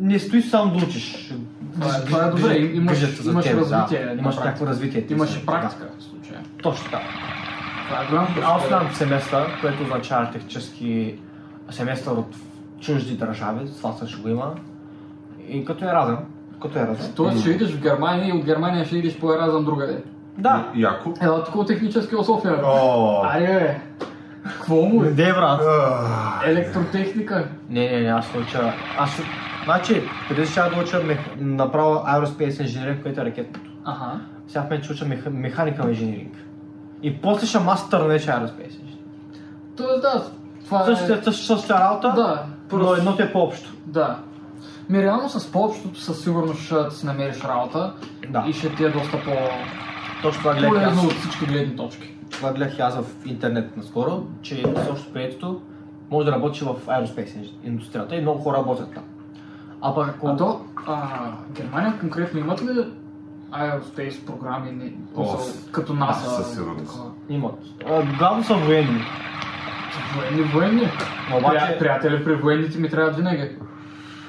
не стоиш само да учиш.
Това е- това е добре,
Грижат-
имаш-
грижат се за
имаш
теб, да.
развитие на
Имаш
практика.
някакво развитие. ти си.
Имаше
Да.
практика в случая.
Точно така.
Това е голям
Ausland семестър, което означава технически семестър от чужди държави, това също го има. И като е разен, като е разен.
Тоест ще идеш в Германия и от Германия ще идеш по Еразъм другаде.
Да.
Яко.
Ела такова технически в София. бе.
О,
Аре, бе. Какво му е?
Де, брат?
а,
Електротехника.
Не, не, не, аз ще уча. Аз ще... Значи, преди ще да уча мех... направо Aerospace Engineering, което е ракетното.
Аха.
Сега в мен ще уча мех... механика Engineering. И после ще мастър вече Aerospace Engineering.
Тоест да, това
Също
е...
е същата същата работа,
Да,
но едното е по-общо.
да. Ми реално с по-общото със сигурност ще ти си намериш работа
Да.
и ще ти е доста по...
Точно това гледах. и аз.
полезно от всички гледни точки.
Това гледах и аз в интернет наскоро, че също приетото може да работи в аероспейс индустрията и много хора работят там. А пък ако...
А то, а, Германия конкретно имат ли аероспейс програми, не,
О,
за- като НАСА?
със сигурност.
такова?
Имат. А, Главно са военни.
Военни, военни.
Но обаче-
Прия- Приятели при военните ми трябват винаги.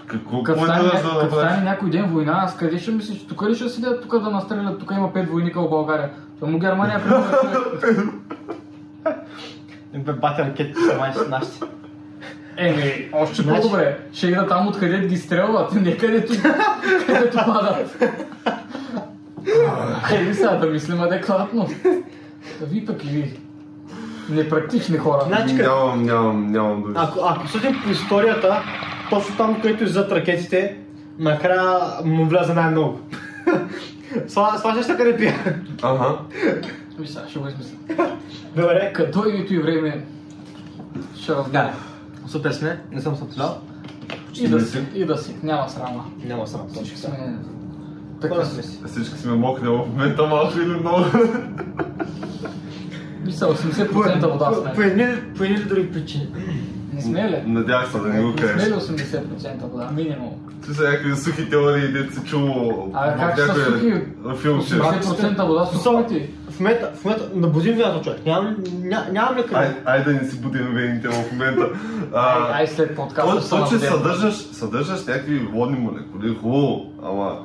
Какво
Като
планираш
стане,
да
като стане
направиш?
някой ден война, аз къде ще мислиш, тук ли ще седят, тук да настрелят, тук има пет войника в България. Само Германия, примерно, човек.
Бе, Бати ракети са май с нашите.
Еми, още
Значи-
по-добре. Ще идат там откъдето ги стрелват, не където, където падат. Хайде сега да мислим адекватно. Да ви пък и ви. Непрактични хора.
Значи, като-
Нямам, нямам, нямам дори.
ако, ако съдим по историята, точно там, където иззад ракетите, накрая му вляза най-много. Сла- Слажеш така къде пия.
Ага.
Ви сега ще го измислим.
Добре.
Като и и време ще разгледам.
Да. Супер сме, не съм съпслял.
И да си, и да си. Няма срама.
Няма срам,
Всички
точно така.
сме...
Хора
Така
сме
сме.
си.
Всички сме мокри в момента малко или много.
Мисля, 80% вода
По- по
сме.
едни- По едни или други причини.
Не сме ли?
Надявах се да не го
Не сме ли
кажеш.
80% вода? Минимум.
Ти са някакви сухи теории, дето се чуло
А,
в
как са
някой
сухи?
филм. че-
80% вода сме. Сорти.
В момента, в момента, набудим вярно човек. Нямам, ня- нямам ли къде.
Ай- Айде да не си будим вените в момента. А,
Ай, след подкаста
То,
ще
то, че
навдем.
съдържаш, съдържаш някакви водни молекули, хубаво, ама...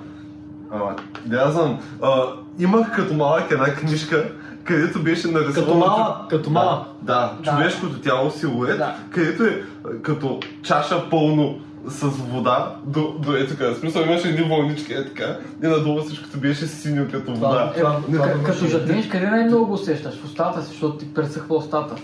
Ама, да аз знам. А, имах като малък една книжка, където беше нарисувано...
Като малък, като малък.
Да,
Да.
човешкото тяло силует,
Да.
където е а, като чаша пълно с вода до, до е така. В смисъл имаше едни вълнички е така и надолу всичкото беше синьо като вода.
Е,
Това- това
к-
го
Като
беше.
жаднеш, къде най-много го усещаш? В устата си, защото ти пресъхва устата.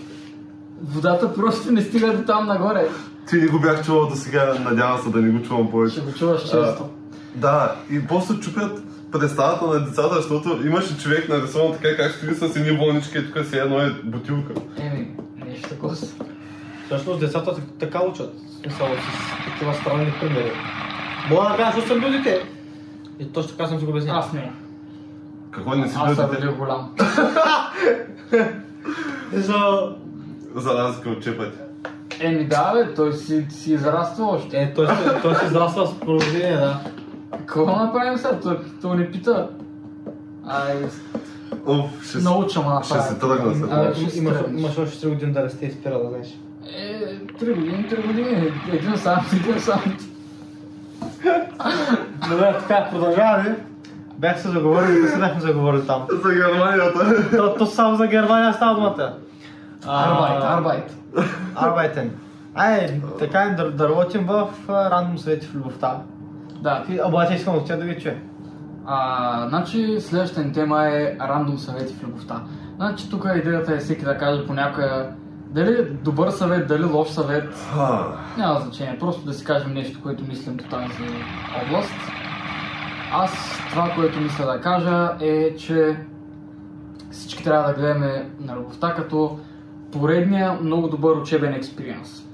Водата просто не стига до там нагоре.
Ти не го бях чувал до сега, надявам се да не го чувам повече.
Ще го чуваш често.
Да, и после чупят представата на децата, защото имаше човек нарисуван така, как стои с едни болнички и тук си едно е бутилка.
Еми, нещо такова. си.
Всъщност децата так- така учат. В Смисъл, с такива странни примери. Мога да кажа, защото съм бил дете. И точно така съм си го обяснявал.
Аз не.
Какво не си
Аз съм
бъдете?
бил голям.
За...
За разлика от чепът.
Еми да, бе, той си, си израства още.
Е, той, се- той се израсва с проведение, да.
Какво направим сега? Той, той не пита. Ай,
Оф, ще си...
науча ма
Ще се
направи.
тръгна
А,
след
Значи,
ще се
Имаш,
тръгнеш.
имаш още 3 години да расте и спира, да знаеш.
Е, три години, три години. Един сам, един сам.
Добре, така, продължаваме. Бях се заговорили, не се бяхме заговорили там.
За Германията.
То, то само за Германия става думата. А,
Арбайт, арбайт.
Арбайтен. Ай, така им да, да работим в а, рандом съвети в любовта.
Да.
Ти- Обаче искам от тях да ви чуя.
А, значи следващата ни тема е рандом съвети в любовта. Значи тук идеята е всеки да каже по някоя дали добър съвет, дали лош съвет,
А,
няма значение. Просто да си кажем нещо, което мислим по тази област. Аз това, което мисля да кажа е, че всички трябва да гледаме на любовта като поредния много добър учебен експириенс.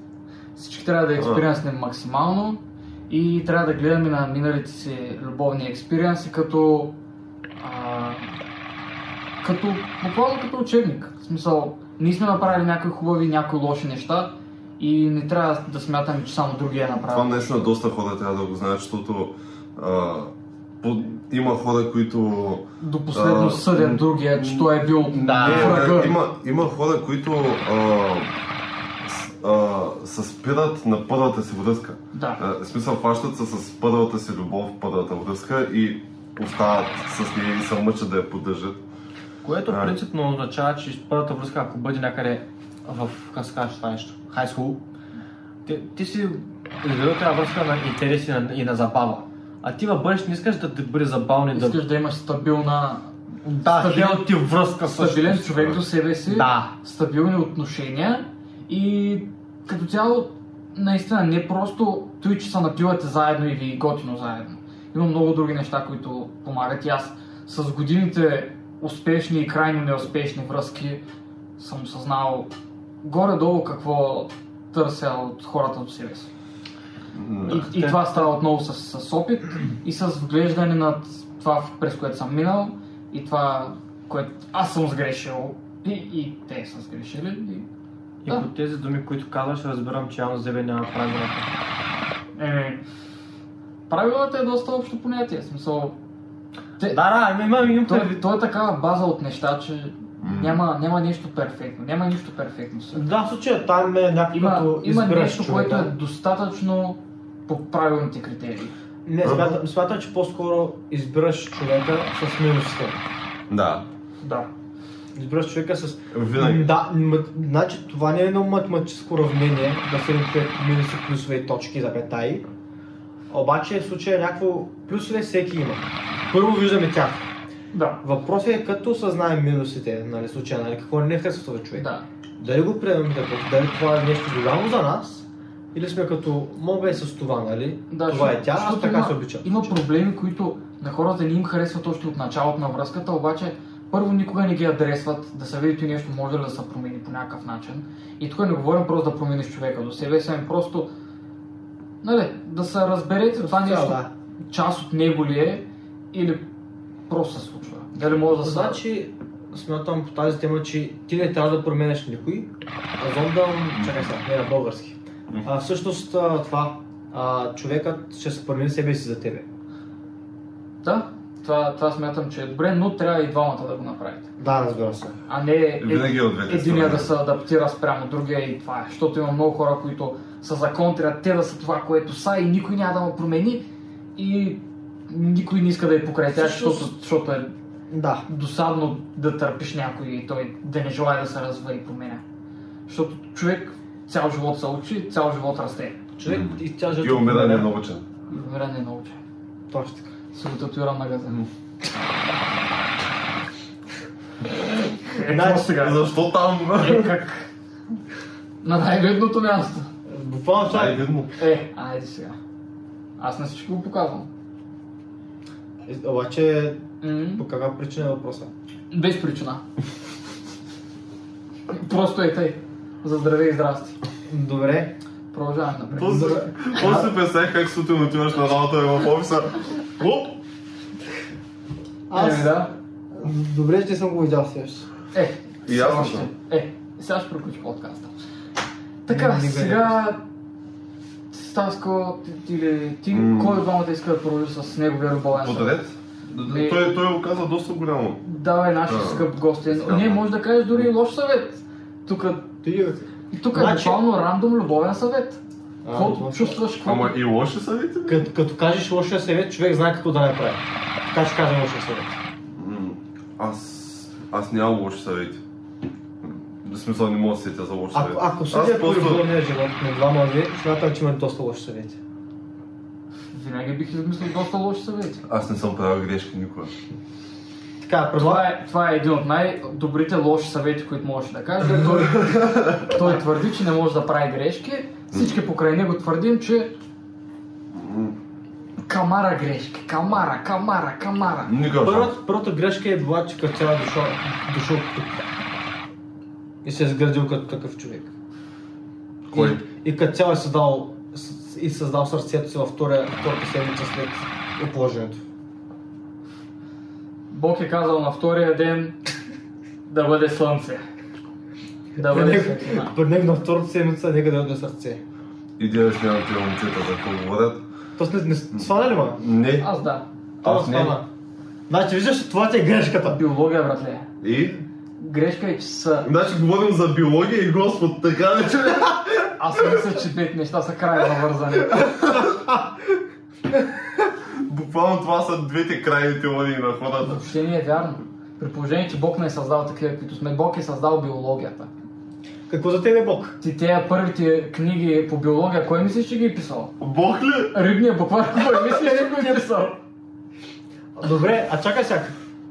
Всички трябва да експириенснем максимално и трябва да гледаме на миналите си любовни експириенси като а, като, буквално като учебник. В смисъл, ние сме направили някои хубави, някои лоши неща и не трябва да смятаме, че само другия е
това
направил.
наистина доста хора трябва да го знаят, защото а, по- има хора, които
До последно
А,
съдят
м-
другия, че той е бил
Да.
Не,
врага.
а, има, има хора, които а, с- а, се спират на първата си връзка.
Да.
А, Е, в смисъл, фащат се с първата си любов, първата връзка и остават с нея и се мъчат да я поддържат.
Което
Да.
принципно означава, че първата връзка, ако бъде някъде в, как се казва това нещо, high school, ти, ти си изградил тази връзка на интереси и на, и на забава. А ти във бъдеще не искаш да те бъде забавно и да...
Искаш да имаш стабилна,
да,
стабилен-
стабилен ти връзка също.
стабилен човек до себе си,
Да.
стабилни отношения и като цяло наистина не просто той, че се напивате заедно и ви е готино заедно. Има много други неща, които помагат и аз с годините успешни и крайно неуспешни връзки съм осъзнал горе-долу какво търся от хората от себе си.
М,
И, и
Те-
това става отново с, с опит и с вглеждане на това, през което съм минал и това, което аз съм сгрешил и, и те са сгрешили. И...
И
Да.
по тези думи, които казваш, разбирам, че явно за тебе няма правила.
Еми, е, правилата е доста общо понятие. В Смисъл, те,
Да, да, има- имам имам
Е, то,
предвид.
то е такава база от неща, че няма, няма нищо перфектно. Няма нищо перфектно. всъщност.
Да, в случая там е
Има,
някакво
има
избираш
нещо,
човека.
което е достатъчно по правилните критерии.
Не, смятам, смятам, че по-скоро избираш човека с минусите.
Да,
Да.
Избираш човека с...
винаги.
Да, м- значи това не е едно математическо равнение, да се напият минуси, плюсове и точки, запетаи. Обаче в случая някакво плюсове всеки има. Първо виждаме тях.
Да.
Въпросът е като осъзнаем минусите, нали, в случая, нали, какво не харесва този човек.
Да.
Дали го приемем да го- дали това е нещо голямо за нас, или сме като мога и с това, нали?
Да,
това
защото-
е тя, аз
защото
така
има-
се обичам.
Има проблеми, които на хората не им харесват още от началото на връзката, обаче първо никога не ги адресват, да се види, че нещо може ли да се промени по някакъв начин. И тук не говорим просто да промениш човека до себе си, ами просто нали, да се разберете това
Да,
нещо,
да.
част от него ли е или просто се случва. Дали може да се...
Значи, смятам по тази тема, че ти не трябва да променяш никой, а зондам... Чакай сега, не на български. А, всъщност а, това, а, човекът ще се промени себе си за тебе.
Да, това, това смятам, че е добре, но трябва и двамата да го направите.
Да, разбира се.
А не е-
Винаги е от двете
единия да
страни.
се адаптира спрямо другия и това е. Защото има много хора, които са за контра, те да са това, което са и никой няма да му промени и никой не иска да я покрай тях, защото,
Всъщност-
защото е
Да.
досадно да търпиш някой и той да не желая да се развива и променя. Защото човек цял живот се учи, цял живот расте.
Човек
М.
и тя
И е умира ненавучен.
И умира не научи.
Точно така.
Си го татуирам на газа. Е,
Значи-
какво сега?
Защо там?
Е, как? На най-видното място.
Буквално това
Ай,
е.
видно.
Е, айде сега. Аз на всички го показвам.
е, Обаче,
М,
по каква причина е въпроса?
Без причина. Просто е тъй. За здраве и здрасти.
Добре.
Продължаваме напред.
После
Добре.
после представих как сутрин отиваш на работа и в офиса. Оп!
Е,
Еми, Е, да.
Добре, че съм го видял също.
Е,
И
все
аз
още.
съм.
Е, сега ще приключи подкаста. Така,
Не, не го
сега... Стаско ти- или ти,
М.
кой от двамата иска да продължи с неговия рубален съд?
Подред?
Не.
Той, той оказа доста голямо.
Давай нашия
А.
скъп гостен.
Скъп.
Не, може да кажеш дори и лош съвет. Тук,
Ти
тук е
Значи-
буквално рандом любовен съвет. Каквото чувстваш,
Ама
каквото
и лоши съвети? бе?
Като, като кажеш лошия съвет, човек знае какво да направи. Така ще кажа лошия съвет.
М, Аз... Аз нямам лоши съвети. В смисъл не мога да сетя за лоши съвети.
Ако, ако е
Аз
съдя по любовния живот на двама ви, смятам, че има доста лоши съвети.
Винаги бих измислил доста лоши съвети.
Аз не съм правил грешки никога.
Така,
Това
предлагам.
е, това е един от най-добрите лоши съвети, които можеш да кажеш. Той, той твърди, че не може да прави грешки. Всички покрай него твърдим, че камара грешки, камара, камара, камара.
Никога. шанс.
Първата, първата грешка е била, че като цяла дошъл, дошъл тук. И се е сградил като такъв човек.
Кой?
И, и като цяло е създал, с- и създал сърцето си във втория, втората седмица след отложенето.
Бог е казал на втория ден да бъде слънце. Да
При
бъде
него,
светлина.
при него на втората седмица нека да е сърце.
е Идея с няма тия момчета за какво говорят.
Тоест не, не сваля ли ма?
Не.
Аз да.
Това
Аз не.
стана. Значи виждаш, ли, това ти е грешката.
Биология, братле.
И?
Грешка е, че са...
Значи говорим за биология и Господ, така ли че?
Аз мисля, че двете неща са крайно вързани.
Буквално това са двете крайни теории на хората.
Въобще не е вярно. При положение, че Бог не е създал такива, каквито сме. Бог е създал биологията.
Какво за тебе е Бог?
Ти тези първите книги по биология, кой мислиш, че ги е писал?
Бог ли?
Рибния буквар, кой мислиш, че го е писал?
Добре, а чакай сега.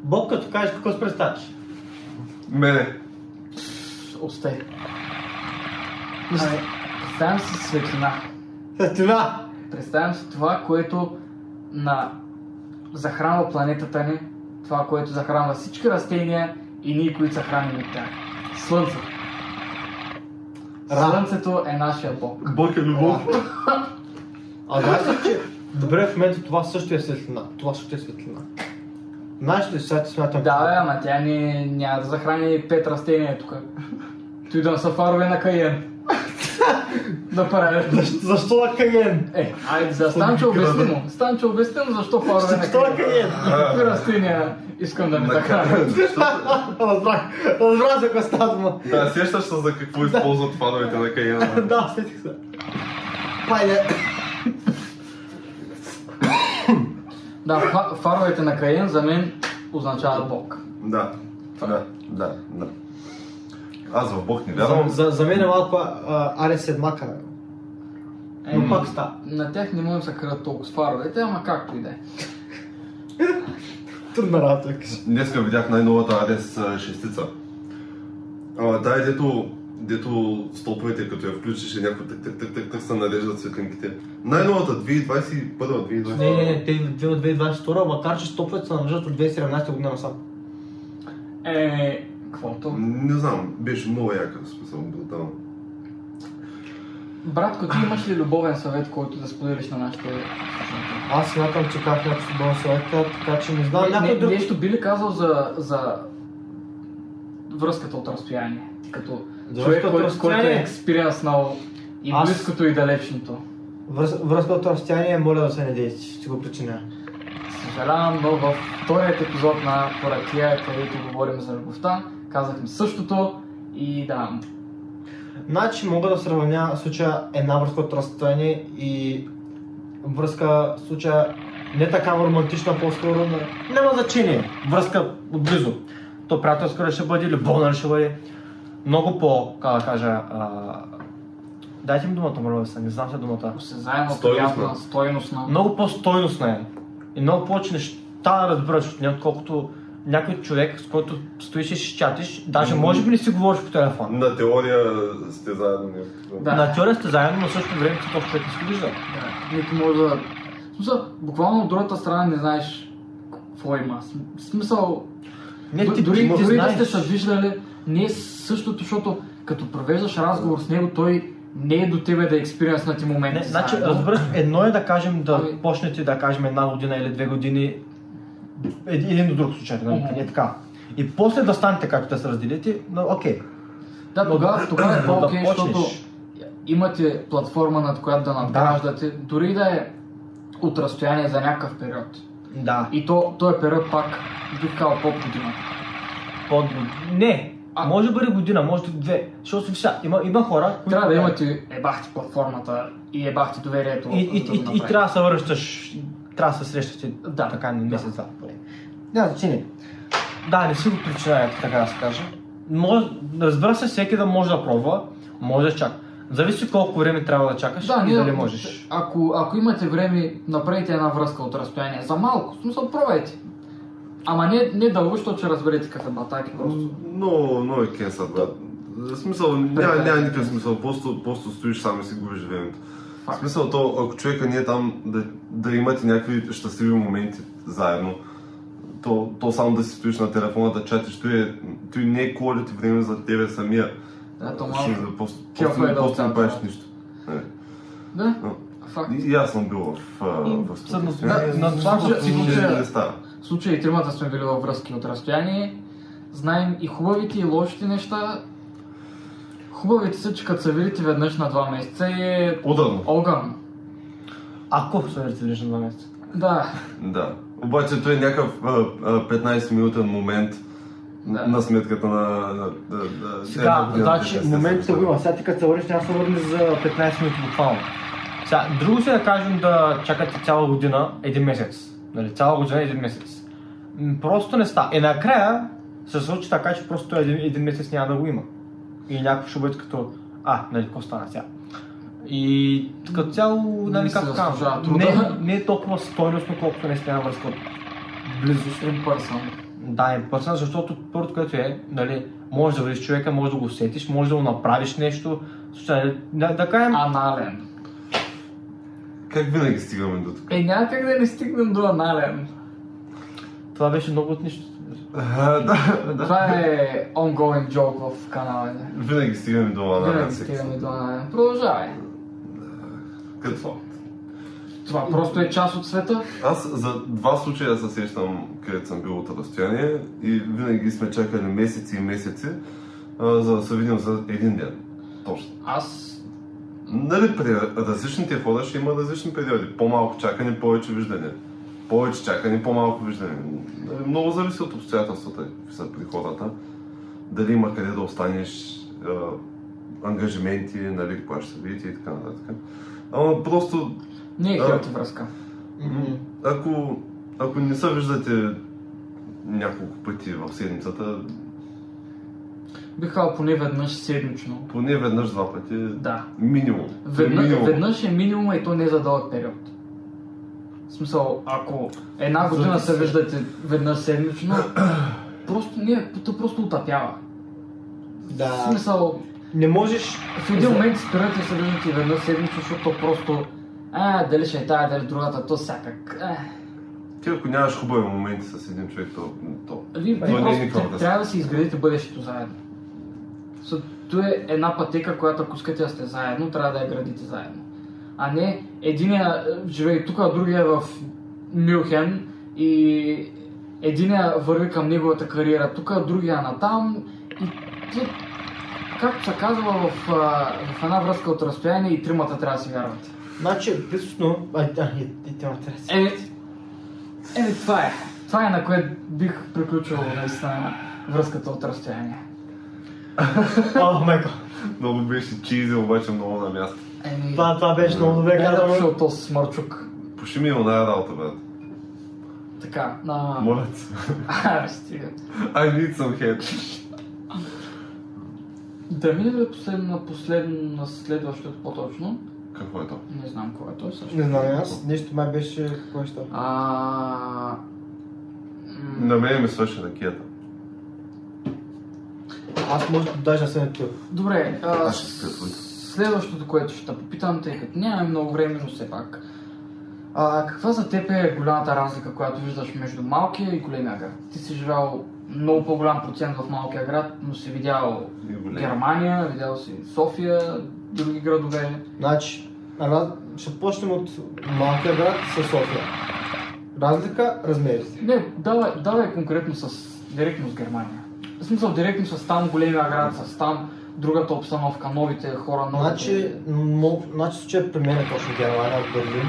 Бог като кажеш, какво си представяш?
Мене.
Остай. Абе, Представям си светлина.
Светлина!
Представям си това, което на... захранва планетата ни, това, което захранва всички растения и ние, които са храним от тях. Слънцето.
Ра.
Слънцето е нашия бог.
Бог е любов.
А знаеш ли, че... Добре, в момента това също е светлина. Това също е светлина. Знаеш ли, сега ти смятам...
Да, бе, ама тя ни, няма да захрани пет растения тук. Той да не са фарове на Каен. да правят.
Защо, защо на Каен?
Е, айде, за Станчо обясни му. Станчо обясни му защо фарове на
Защо на
Каен.
Каен?
И какви растения искам да ми захранят.
Разбрах, разбрах за коста му.
Да, сещаш се за какво използват фановете на Каена.
Да, сетих се. Пайде.
Да, фа- фаровете на Каен за мен означават Бог.
Да. Да, да, да. Аз в Бог не
За,
вярвам.
за, за мен е малко а, аре седмака. бе.
М.
Но пак Е, ста.
На тях не можем да се крадат толкова с фаровете, ама както и да е.
Трудна работа. да кажа.
Днеска видях най-новата Адес а, шестица. А, да, е дето, дето столповете, като я включиш и някой так, так, так, так, так се нареждат светлинките. Най-новата 2021, 2022.
Не, не, не, те идват от 2022, макар че стоплет са намежат от 2017 година насам.
Е, каквото.
Не знам, беше много яка, в смисъл, брутално.
Братко, ти имаш ли любовен съвет, който да споделиш на нашите слушатели?
Аз смятам, че как някакъв футболен съвет, е, така че не знам
Не-
някой
не-
друг.
Нещо би ли казал за, за връзката от разстояние? Като
За
човек,
връзката от
който, който е
разстояние?
експириенснал и
Аз-
близкото и далечното.
Връз, връзка от разстояние, моля да се не дейте, ще го причиня.
Съжалявам, но във вторият епизод на Поракия, където говорим за любовта, казахме същото и да,
Значи мога да сравня в случая една връзка от разстояние и връзка в случая не такава романтична, по-скоро, но няма значение.
връзка отблизо. То приятелска ли ще бъде, любовна ли ще бъде. Много по, как да кажа, а... дайте ми думата, моля ви се, не знам се думата.
осезаемо,
Стойностна.
приятна, стойностна.
Много по-стойностна е. И много повече неща разбираш от нея, отколкото някой човек, с който стоиш и ще чатиш, даже може би не си говориш по телефон.
На теория сте заедно. е някакво.
Да.
На теория сте заедно, но в същото време ти този човек не си вижда.
Да, нито може да... в Смисъл, буквално от другата страна не знаеш какво има. В Смисъл,
Не, ти,
дори,
ти, ти
дори
знаеш.
да сте се виждали, не е същото, защото като провеждаш разговор с него, той не е до тебе да е експириенснат и момент.
Не, значи, разбираш, едно е да кажем да
Ами-
почнете да кажем една година или две години един, един до друг случай, нали?
Мгм.
Е така. И после да станете както да се разделите, но окей.
Да, тогава, тогава е
но да
по-окей, защото
почнеш.
имате платформа, над която да надграждате, дори да е от разстояние за някакъв период.
Да.
И то, този период пак бих казал по година.
Под... Не,
А-
може да бъде година, може да две. Защото вся, има, има хора, които...
Трябва да имате ебахте платформата и ебахте доверието.
И, и,
за да го
и, и,
направите.
трябва да се връщаш, и трябва да се срещате
Да. значи
така не месец два поне. Няма значение. Да, не си го причинаете, така да се каже. Може, разбира се, всеки да може да пробва, може да чака. Зависи колко време трябва да чакаш
Да,
и
ние,
дали можеш.
Ако, ако имате време, направете една връзка от разстояние. За малко. В смисъл, пробайте. Ама не, не дълго, защото ще разберете какъв е батаки просто.
Но, но е кенсът, брат. В смисъл, няма, няма никакъв смисъл, просто, просто стоиш сам и си губиш времето. В
Факт.
смисъл то, ако човека не е там да, да имате някакви щастливи моменти заедно, то, то само да си стоиш на телефона да чатиш, той, е, той не е колите време за тебе самия.
Да, то
В
малко.
смисъл, Просто,
Кефа
просто,
е да
просто не
оценка.
правиш нищо.
Да,
Но-
факт.
И, и аз съм бил в, а, в
Съдно,
случай.
на-
Не,
на
не-
това,
че-
не-
че-
не става.
В случай и тримата сме били във връзки от разстояние. Знаем и хубавите, и лошите неща. Хубавите са, че като се видите веднъж на два месеца е
Ударно.
огън.
Ако се върти на два месеца.
Да,
Да. Обаче той е някакъв а, а, 15-минутен момент
Да.
на сметката на... на, на, на
Сега,
на- на-
значи,
на- на-
моментите
на-
го има. Сега ти като се върнеш, няма да се върнеш за 15 минути буквално. Сега, друго си да кажем да чакате цяла година, един месец. Нали, цяла година, един месец. М, Просто не става. И накрая се случи така, че просто един, един месец няма да го има. И някой ще бъде като, а, нали, какво стана сега? И като цяло, нали,
Не се
както казвам,
заслужава труда.
не, не е толкова стойностно, колкото не сте връзка от близост.
In person.
Да, е пърсен, защото първото, което е, нали, може да видиш човека, може да го усетиш, може да му направиш нещо. Слушай, нали, да, да кажем,
Анален.
Как винаги стигаме до тук?
Е, няма как да не стигнем до анален.
това беше много от нищо.
А, да, да.
Това е ongoing joke в канала. ни.
Винаги стигаме до анален
Винаги
секс.
стигаме до анален. Продължавай.
Какво?
Това просто е част от света.
Аз за два случая се сещам, където съм бил от разстояние и винаги сме чакали месеци и месеци, а, за да се видим за един ден. Точно.
Аз
Нали, при различните хора ще има различни периоди. По-малко чакане, повече виждане. Повече чакане, по-малко виждане. Нали, Много зависи от обстоятелствата какви са при хората. Дали има къде да останеш, а, ангажименти, нали, кога ще се видите и така нататък. Ама просто
не е
Да.
хилти връзка.
Мгм.
ако, ако не се виждате няколко пъти в седмицата,
Бих казал поне веднъж седмично.
поне веднъж два пъти,
Да.
минимум.
Веднъж,
минимум.
веднъж е минимум и то не е за дълъг период. В смисъл, ако една година се виждате веднъж седмично, просто не, то просто утъпява. В
Да.
смисъл,
Не можеш.
в един момент спирате и се виждате веднъж седмично, защото просто а, дали ще е тая, дали другата, то всякак. А,
Ти ако нямаш хубави моменти с един човек, то, то
ви,
То
ви
не е
просто
никаква
тря-
връзка.
трябва да си изградите бъдещето заедно. So, то е една пътека, която ако искате да сте заедно, трябва да я градите заедно. А не единия е, живее тук, а другия е в Мюнхен и единия върви към неговата кариера тук, а другия е натам. И то, както се казва в, а, в една връзка от разстояние и тримата трябва да си вярват.
Значи, присъсно. Ай, да, и, и тема трябва да се.
Е, е, това е. Това е на което бих приключил наистина връзката от разстояние.
О, майко.
много беше чизи, обаче много на място.
Еми,
Това, това беше много добре
е
казано.
дошъл този смърчук.
Пуши ми оная работа, брат.
Така, на...
Моля те.
Аре, стига.
I need some head.
Да минем ли последно, последно, следващото по-точно?
Какво е то?
Не знам кой е той също.
Не знам и аз. Нещо май беше. Кой ще?
А... м,
На мен ми свърши ракета.
Аз може да даже не съм е пил.
Добре, а,
Аз ще спя твоите.
следващото, което ще те попитам, тъй като нямаме много време, но все пак. А, каква за теб е голямата разлика, която виждаш между малкия и големия град? Ти си живял много по-голям процент в малкия град, но си видял
И голям.
Германия, видял си София, други градове.
Значи, раз... ще почнем от малкия град със София. Разлика размерите.
Не, давай, давай конкретно с, директно с Германия. В смисъл, директно с там големия град, с там другата обстановка, новите хора, новите...
Значи, мо... значи случая при мен е точно Германия от Берлин.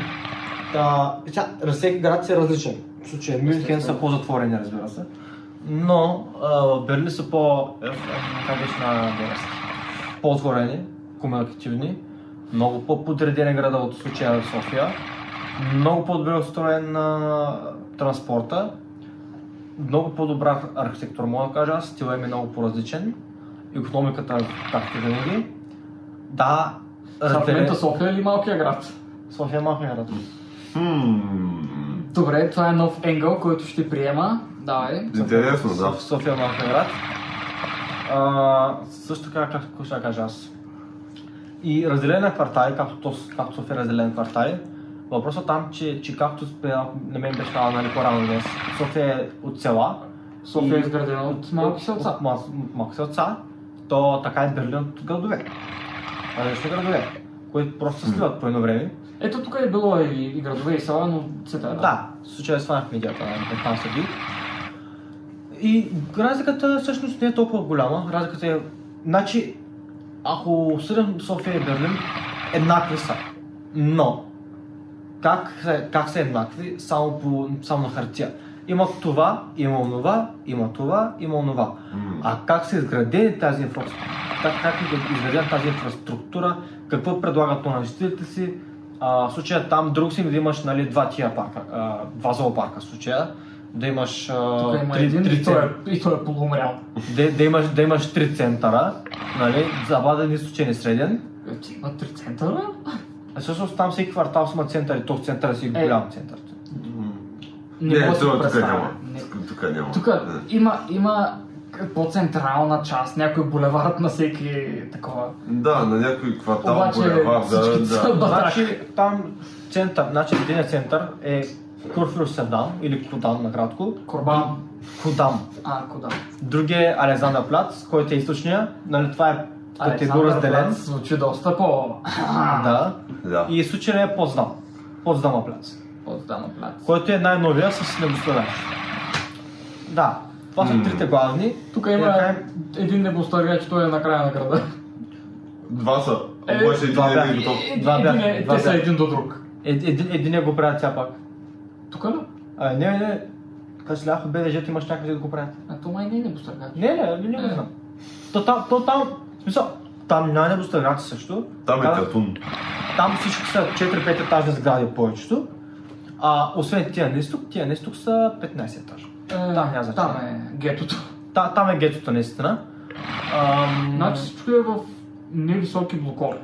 Та, сега, всеки град си е различен. В случая
Мюнхен са по-затворени, разбира се. Но а, в Берлин са по... е, е, Как беше на български? По-отворени, комуникативни. Много по-подредени града от случая в София. Много по-добре устроен на транспорта. Много по-добра архитектура, мога да кажа. аз. Стила им е много по-различен. Економиката, както винаги. Да,
В
разделен-
момента София или малкия град?
София е малък град.
Хм.
Добре, това е нов енгъл, който ще приема. Давай.
Интересно,
София-
да.
София е малък град. А, също така, как, какво ще да кажа аз? И разделен на квартали, както, то- както София е разделен на квартали, въпросът там, че, че както спе- на мен беше казано нали, по-рано днес, София е от села.
София е
и-
изградена от малки селца.
От, мал- от малки селца, то така е Берлин от градове. Различни градове, които просто се сливат по едно време.
Ето тук е било и, и градове и села, но се тая.
Да, в случая сванахме идеята на там съди. И разликата всъщност не е толкова голяма. Разликата е... Значи, ако съдим София и Берлин, еднакви са. Но, как, се- как са еднакви само, по, само на хартия. Има това, има онова, има това, има онова.
М.
А как са изградени тази инфраструктура? Как, как е изградена тази инфраструктура? Какво предлагат на жителите си? А, в случая там друг си да имаш нали, два тия парка, а, два зоопарка в случая. Да имаш а,
Тук има
три,
един
три
и той
центъра.
е, и той е полумрял.
Да, да, имаш, да имаш три центъра, нали, забаден, източен и среден.
Е, Ти има три центъра?
А всъщност там всеки квартал си има център и то център си е
Е.
голям център.
М.
Не, мога да си го
е тук, тук
представя.
няма.
Не.
Тук, тук няма.
Тук има, има по-централна част, някой булевард на всеки такова.
Да, на някой квартал
Обаче
булевар, да,
всички са
да.
ба-
Значи там център, значи един център е Курфюр Седам или Кодан накратко.
Корбан.
Кодан.
А, кода.
Другия е Александър Плац, който е източния. Нали, това е категория разделен.
Плац звучи доста по...
Да.
да.
И случая е Познам. Познама Плац.
Отдано плац.
Който е най-новия с небостъраж. Да. Това са
М.
трите главни. Е,
Тук
И
има
накрая-
един небостъргач, той е на края на града.
Два са.
Е,
Обаче един
два
е
бяха.
готов.
Е,
Два бяха,
един е-
два
Те са
бяха.
един до друг.
Ед, е, един, един го правят тя пак.
Тук ли?
А, не, не. Кажеш, ляхо БДЖ, ти имаш някъде да го правят.
А то май не е небостъргач.
Не, не, не, не го знам. То там, то там, в смисъл, там няма небостъргаци също.
Там е
Казах,
катун.
Там всички са 4-5 етажни сгради повечето. А освен тия на изток, тия на изток са 15 етажа. Там няма значение.
Там е гетото.
Та, там е гетото наистина. Ам,
Значи всичко е в невисоки блокове.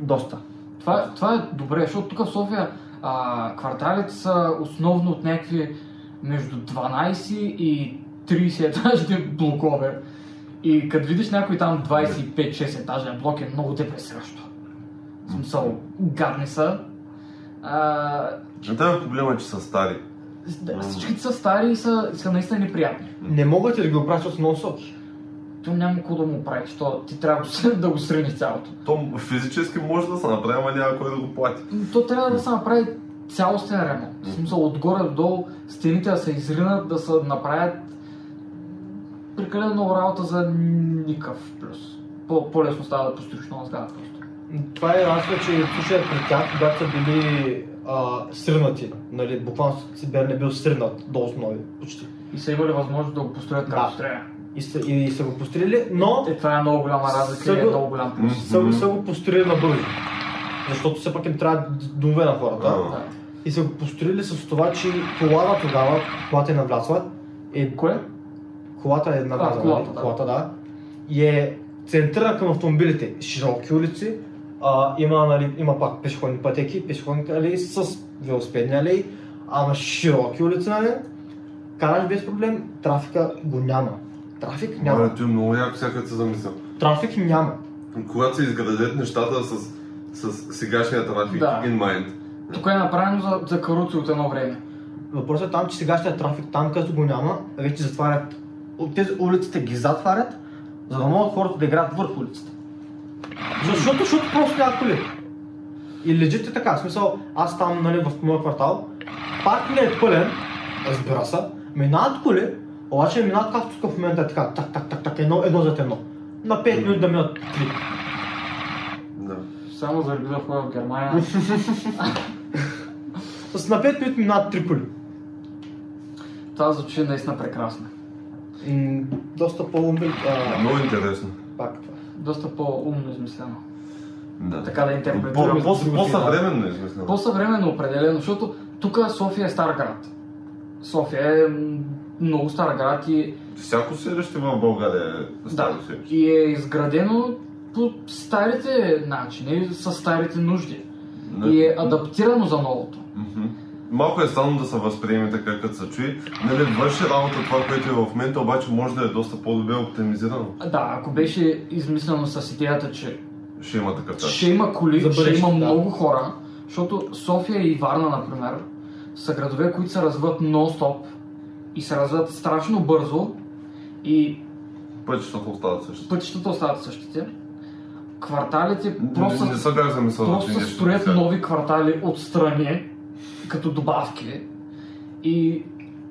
доста.
Това, това е добре, защото тук в София а, кварталите са основно от някакви между 12 и 30 етажни блокове. И като видиш някой там 25-6 етажен блок е много депресиращо. В смисъл, гадни са. А,
Е, Там е проблема, че са стари.
с- да, всичките са стари и са, са наистина неприятни.
Не могат ли да го правят с нон-соки?
То няма какво да му правиш, то ти трябва да го- да го сриниш цялото.
То физически може да се направи, ама няма кой да го плати.
То трябва да се направи цялостен ремонт. В смисъл, отгоре до долу стените да се изринат, да се направят прекалено много работа за никакъв плюс. По- По-лесно става да построиш нова сграда просто.
Това е разлика, че в случая при тях, когато са били а, сринати, нали, буквално Сибер не бил сринат до основи почти.
И са имали възможност да го построят както
Да.
трябва.
И са, и са го построили, но
Е, това е много голяма разлика и е
Съглас-
много голям плюс.
М.
са, го- са го построили на бързо. Защото все пак им трябва домове на хората.
А.
Да.
И са го построили с това, че колата тогава, колата е навлязла, е
Кое?
Колата е една
А,
база,
колата,
нали?
да.
колата, да. И е центъра към автомобилите. Широки улици, а, има, нали, има пак пешеходни пътеки, пешеходни алеи с велосипедни алеи, ама широки улици, нали? Караш без проблем, трафика го няма. Трафик няма.
Маля, той е много яко, сега като се замисля.
Трафик няма.
Когато се изградят нещата с, с сегашния трафик
Да.
in mind,
Тук е направено за, за каруци от едно време.
Въпросът е там, че сегашният трафик, там където го няма, вече затварят.
От тези улиците ги затварят, за да могат хората да играят върху улицата.
Защото, защото просто няма коли. И лежите така, в смисъл, аз там, нали, в моя квартал, пак не е пълен, разбира се, минават коли, обаче минават както тук в момента, е така, так, так, так, так, едно, едно зад едно. На 5 минути да минат 3.
да.
Само заради да ходя в Германия.
С на 5 минути минават 3 коли.
Това звучи наистина прекрасно.
М, доста по-умбил,
Много интересно.
пак това.
Доста по-умно измислено.
Да.
Така да интерпретирам.
По- по-
Друго
По-съвременно измислено.
По-съвременно определено, защото тук София е стар град. София е м, много стар град и,
Всяко селище в България е старо
да,
селище.
и е изградено по старите начини, с старите нужди.
Да.
И е адаптирано за новото.
Мгм. Малко е странно да се възприеме така, като се чуи. Нали, върши работа това, което е в момента, обаче може да е доста по-добре оптимизирано.
А, Да, ако беше измислено с идеята, че
Ще има такъв
ще има коли,
За бъдеще,
ще има
да.
много хора, защото София и Варна, например, са градове, които се развиват нон-стоп и се развиват страшно бързо и
Пътищата остават също.
пътищата остават същите. Кварталите
Просто
просто
не, не се бях замислял.
Просто
че
се
нещо
строят
така.
нови квартали отстрани, като добавки. И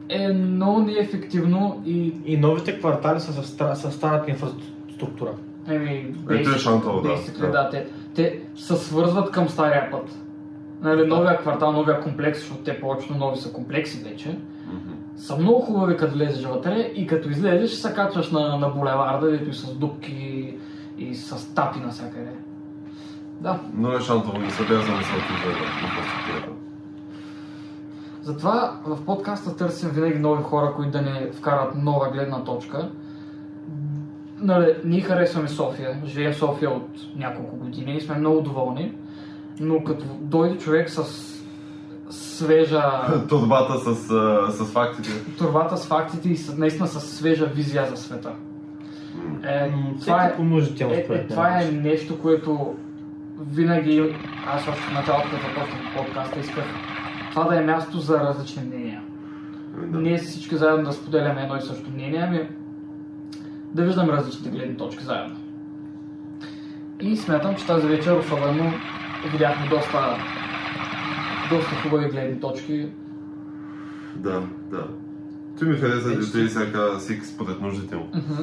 е много неефективно и
И новите квартали са с, стара- с старата инфраструктура.
еми,
Ето е шантал, да.
basically, да. те, те се свързват към стария път. Нали, новия квартал, новия комплекс, защото те повечето нови са комплекси вече, са много хубави като влезеш вътре и като излезеш се качваш на, на булеварда, дето и с дупки и с тапи навсякъде. Да,
Но е шантово не се бях замислял тук за инфраструктурата.
Затова в подкаста търсим винаги нови хора, които да ни вкарат нова гледна точка. Нали, ние харесваме София, живеем в София от няколко години и сме много доволни, но като дойде човек с свежа
Турбата с, а, с фактите.
турбата с фактите и с, наистина с свежа визия за света. Е, това
Всеки
е,
по нуждите му
е, е,
според
това е
мен.
нещо, което винаги аз още в началото, като започнах подкаста, исках това да е място за различни мнения.
Ами
Да.
ние всички заедно да споделяме едно и също мнение, ами да виждаме различните гледни точки заедно. И смятам, че тази вечер особено видяхме доста, доста хубави гледни точки.
Да, да. Ти ми хареса, че ти сега всеки според нуждите му.
Мгм.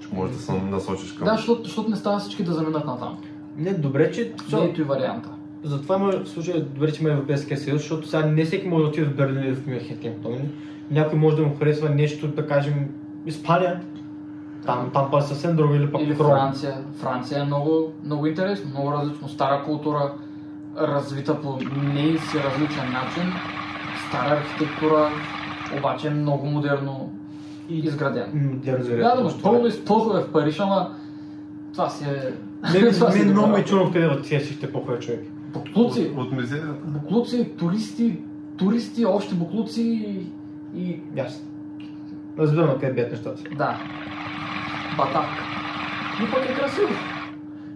Че можеш да се насочиш към...
Да, защото, защото не става всички да заминат натам.
Не, добре, че...
Ето и варианта.
Затова има случай, добре, че има Европейския съюз, защото сега не всеки може да отиде в Берлин или в Мюнхен. нали? Някой може да му харесва нещо, да кажем, Испания. Там, там па съвсем друго или пък
Или
Ром.
Франция. Франция е много, много интересно, много различно. Стара култура, развита по ней си различен начин. Стара архитектура, обаче е много модерно
И
изградена.
модерно
Да,
вероятно.
но пълно изплъхове в Париж, ама това си е...
Мен,
това си
мен
е
много ме
добра.
чудно къде да тия всичките похвали човек.
Буклуци,
От, от мизерията.
буклуци, туристи, туристи, още буклуци и- и...
Ясно. Разбирам на къде бият нещата.
да. Батак. Но пък е красиво.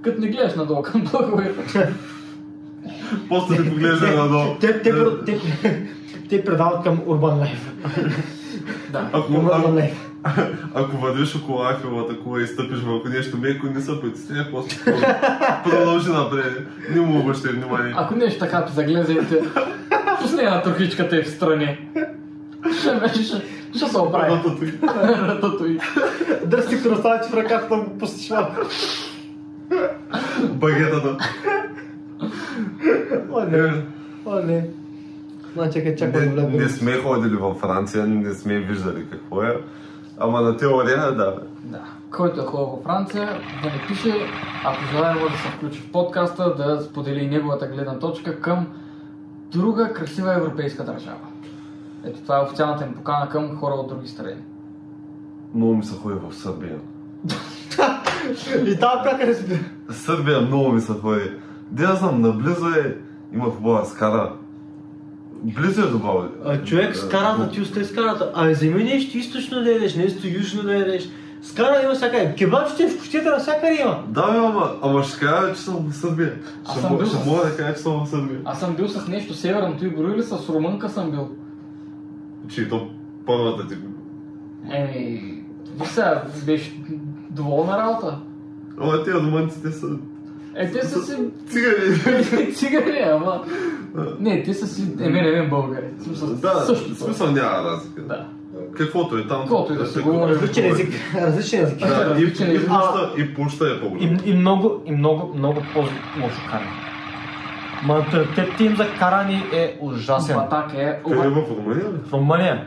Като не гледаш надолу към бъговете.
После да поглежда надолу.
Те, те,
Да.
те, те, те предават към Urban Life.
Да.
Ако,
Към
ако,
Urban Life.
ако вървиш около Ахилата кола и стъпиш върху нещо меко, не се притесняй, после продължи напред. Не му обръщай внимание.
Ако нещо така заглезайте, последна трохичката е в страни. Ще, ще, ще се оправи.
Ото тук.
Рътото и...
Дръсти кръстави в ръката, там го пустиш малко.
Багетата.
О,
Е,
не. О, не. Ма, чакай, чакай,
Не,
добре.
не сме ходили във Франция, не сме виждали какво е. Ама на теория, да.
Да. Който е ходил във Франция, да ни пише, ако желая може да се включи в подкаста, да сподели неговата гледна точка към друга красива европейска държава. Ето това е официалната ни покана към хора от други страни.
Много ми се ходи в Сърбия.
И там бяха не сме.
Сърбия много ми се ходи. Де да знам, наблизо е, има хубава скара. Близо е до България.
А, човек, с карата ти остави с карата. А вземи нещо източно да ядеш, нещо южно да ядеш. С кара има всякъде. Кебабчета и вкусите на всякъде има.
Да, бе, ама, ама ще кажа, че съм в Сърбия.
Аз
Ще,
съм
мога,
бил
ще
в-
мога да кажа, че съм в Сърбия.
Аз съм бил с нещо северно, ти брои ли с румънка съм бил?
Че и то първата ти...
Еми, виж сега, беше доволна работа.
Ама тия доманците са...
Е, те са си
Цигани.
цигари, ама... Не, те са си емен-емен българи. В Смисъл,
да, в
същото.
смисъл няма разлика.
Да.
Каквото е там...
Каквото и да се
какво-
говори.
Различен език. Различен език.
Да, и, и,
Различен език.
пуща, и пуща е
И,
по-голяма.
и много, и много, много по-лошо каране. Менталитетът им за каране е ужасен.
Батак е...
Къде в Румъния? бе?
В Румъния.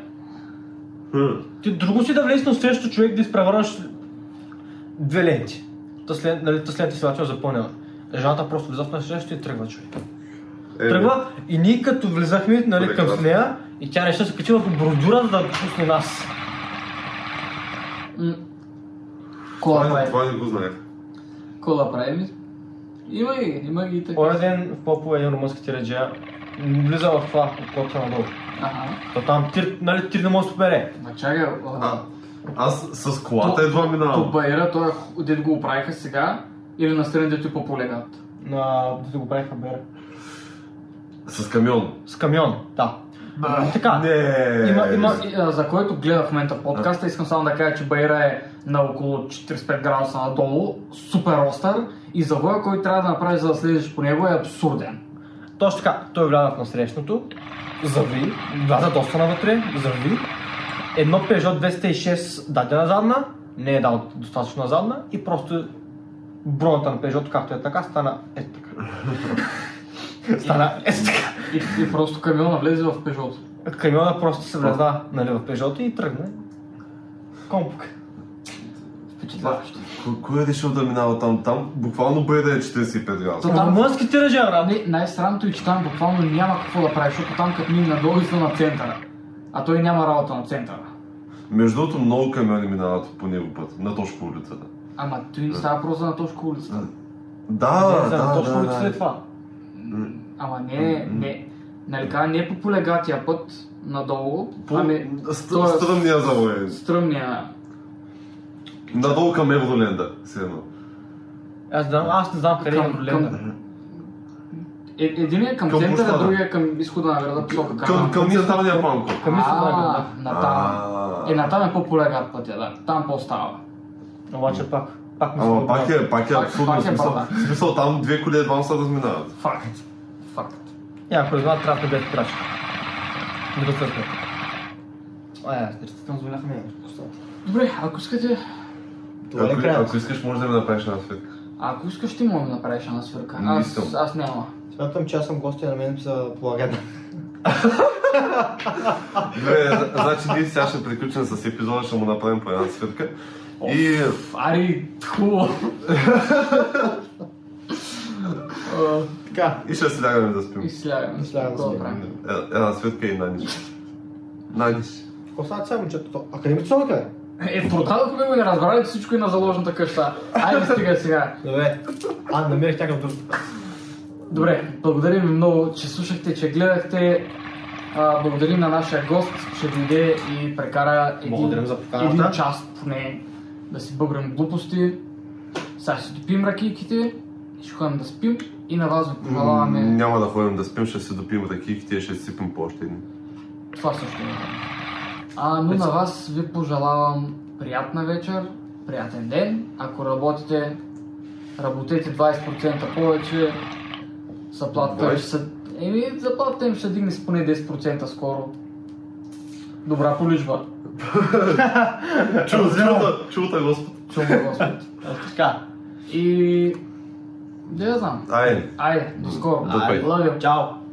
Хм.
Ти друго си да влезеш на срещу човек да изпревърнеш две ленти. Та след, нали, та след е запълнена. Жената просто влиза в насрещу и тръгва човек.
Е,
Тръгва и ние като влизахме нали, към
Прекрасно.
с нея и тя неща се качила по бордюра за да пусне нас.
М, е Кола
Това, е
прави.
не- това не го знаех.
Кола прави. Има ги, има ги и така.
Оня ден в Попо един румънски тиреджия влиза в това от кота надолу.
Ага.
То там тир, нали, тир не може да спопере.
Ма чакай, о,
А, аз с колата едва
то
минавам.
баера, той е ху- дето го оправиха сега или на страните е ти по-полегат.
На... Да го правиха бера.
С камион.
С камион, да.
Да.
Така.
Не.
Има- има-
И, а, За който гледа в момента подкаста, искам само да кажа, че Баира е на около 45 градуса надолу, супер остър и завоя, който трябва да направиш за да слезеш по него е абсурден.
Точно така, той е вляза в насрещното, зави, вляза доста навътре, зави. Едно Peugeot 206 даде на задна, не е дал достатъчно на задна и просто бронята на Peugeot, както е така, стана е така. Стана е така.
И, и просто камиона влезе в Пежото.
Камиона просто се влезна нали, в пежото и тръгна. Компук.
Впечатляващо.
Кой, кой е решил да минава там? Там буквално бе да е 45 градуса.
То там-
Румънските ръжа, брат.
Не, най-срамното е, че там буквално няма какво да прави, защото там като мине надолу са на центъра. А той няма работа на центъра.
Между другото, много камиони минават по него път, на точно по улицата.
Ама той не става просто на точка улицата.
Да,
Не, за
да,
точно
да,
улицата
да.
е това.
Ама не, не. Нали кажа, не по полегатия път надолу,
По...
ами
ст-
то е-
Стръмния завой. е.
стръмния.
Надолу към Евроленда, все едно.
Аз, знам, аз не знам къде е
Към-
Евролента.
Е, един е към,
Към
центъра,
площада.
другия е към изхода на града, посока
Към,
Карлан.
към централния банко.
Към изхода на града.
А, натам.
А.
Е, натам е по-полегат пътя, да. Там по-става.
Обаче пак. Пак ми се
Ама
обади.
пак е, пак е
Пак-
абсурдно.
пак е
Смисъл,
баба.
смисъл, там две коли едва са да минават.
Факт. Факт.
Някой знае, трябва да бяха крачка. Не да съркне. Ай, сърците му зволяха ми.
Добре, ако искате,
Това е
Ако-
края.
Ако искаш, може да ми направиш една светка.
ако искаш, ти мога да направиш една свирка.
Не
Аз,
искам.
аз няма.
Смятам, че аз съм гостя на мен за полагане.
Добре, зна- значи ние сега ще приключим с епизода, ще му направим по една светка. И
Ари, хубаво. А,
Така.
И ще си лягаме да
И
спим.
слягам.
Слягам,
Какво
слягам.
правим?
Е- Една светка и една нишка. Нагиш.
Остават сега момчето. А къде ми сонка бе?
Е, продадохме го, не разбрали всичко и на заложната къща. Айде, стига сега.
Добре. А, намерих някакъв друг.
Добре, благодарим ви много, че слушахте, че гледахте. А, благодарим на нашия гост, ще дойде и прекара един,
Благодарим за поканата.
един час поне да си бъбрем глупости. Сега ще си допим ракийките, ще ходим да спим и на вас ви пожелаваме
Няма да ходим да спим, ще се допим ракийките и ще си сипем по още едни.
това също. не. А, но на вас ви пожелавам приятна вечер, приятен ден. Ако работите, работете 20% повече. Заплатата ви ще се... Еми, заплатата им ще дигне с поне 10% скоро. Добра поличба.
Чу- Чулта, чулта, Господ.
Чува Господ.
Така.
И... Да я знам.
Айде.
Айде, до скоро.
До пет.
Лъвим.
Чао.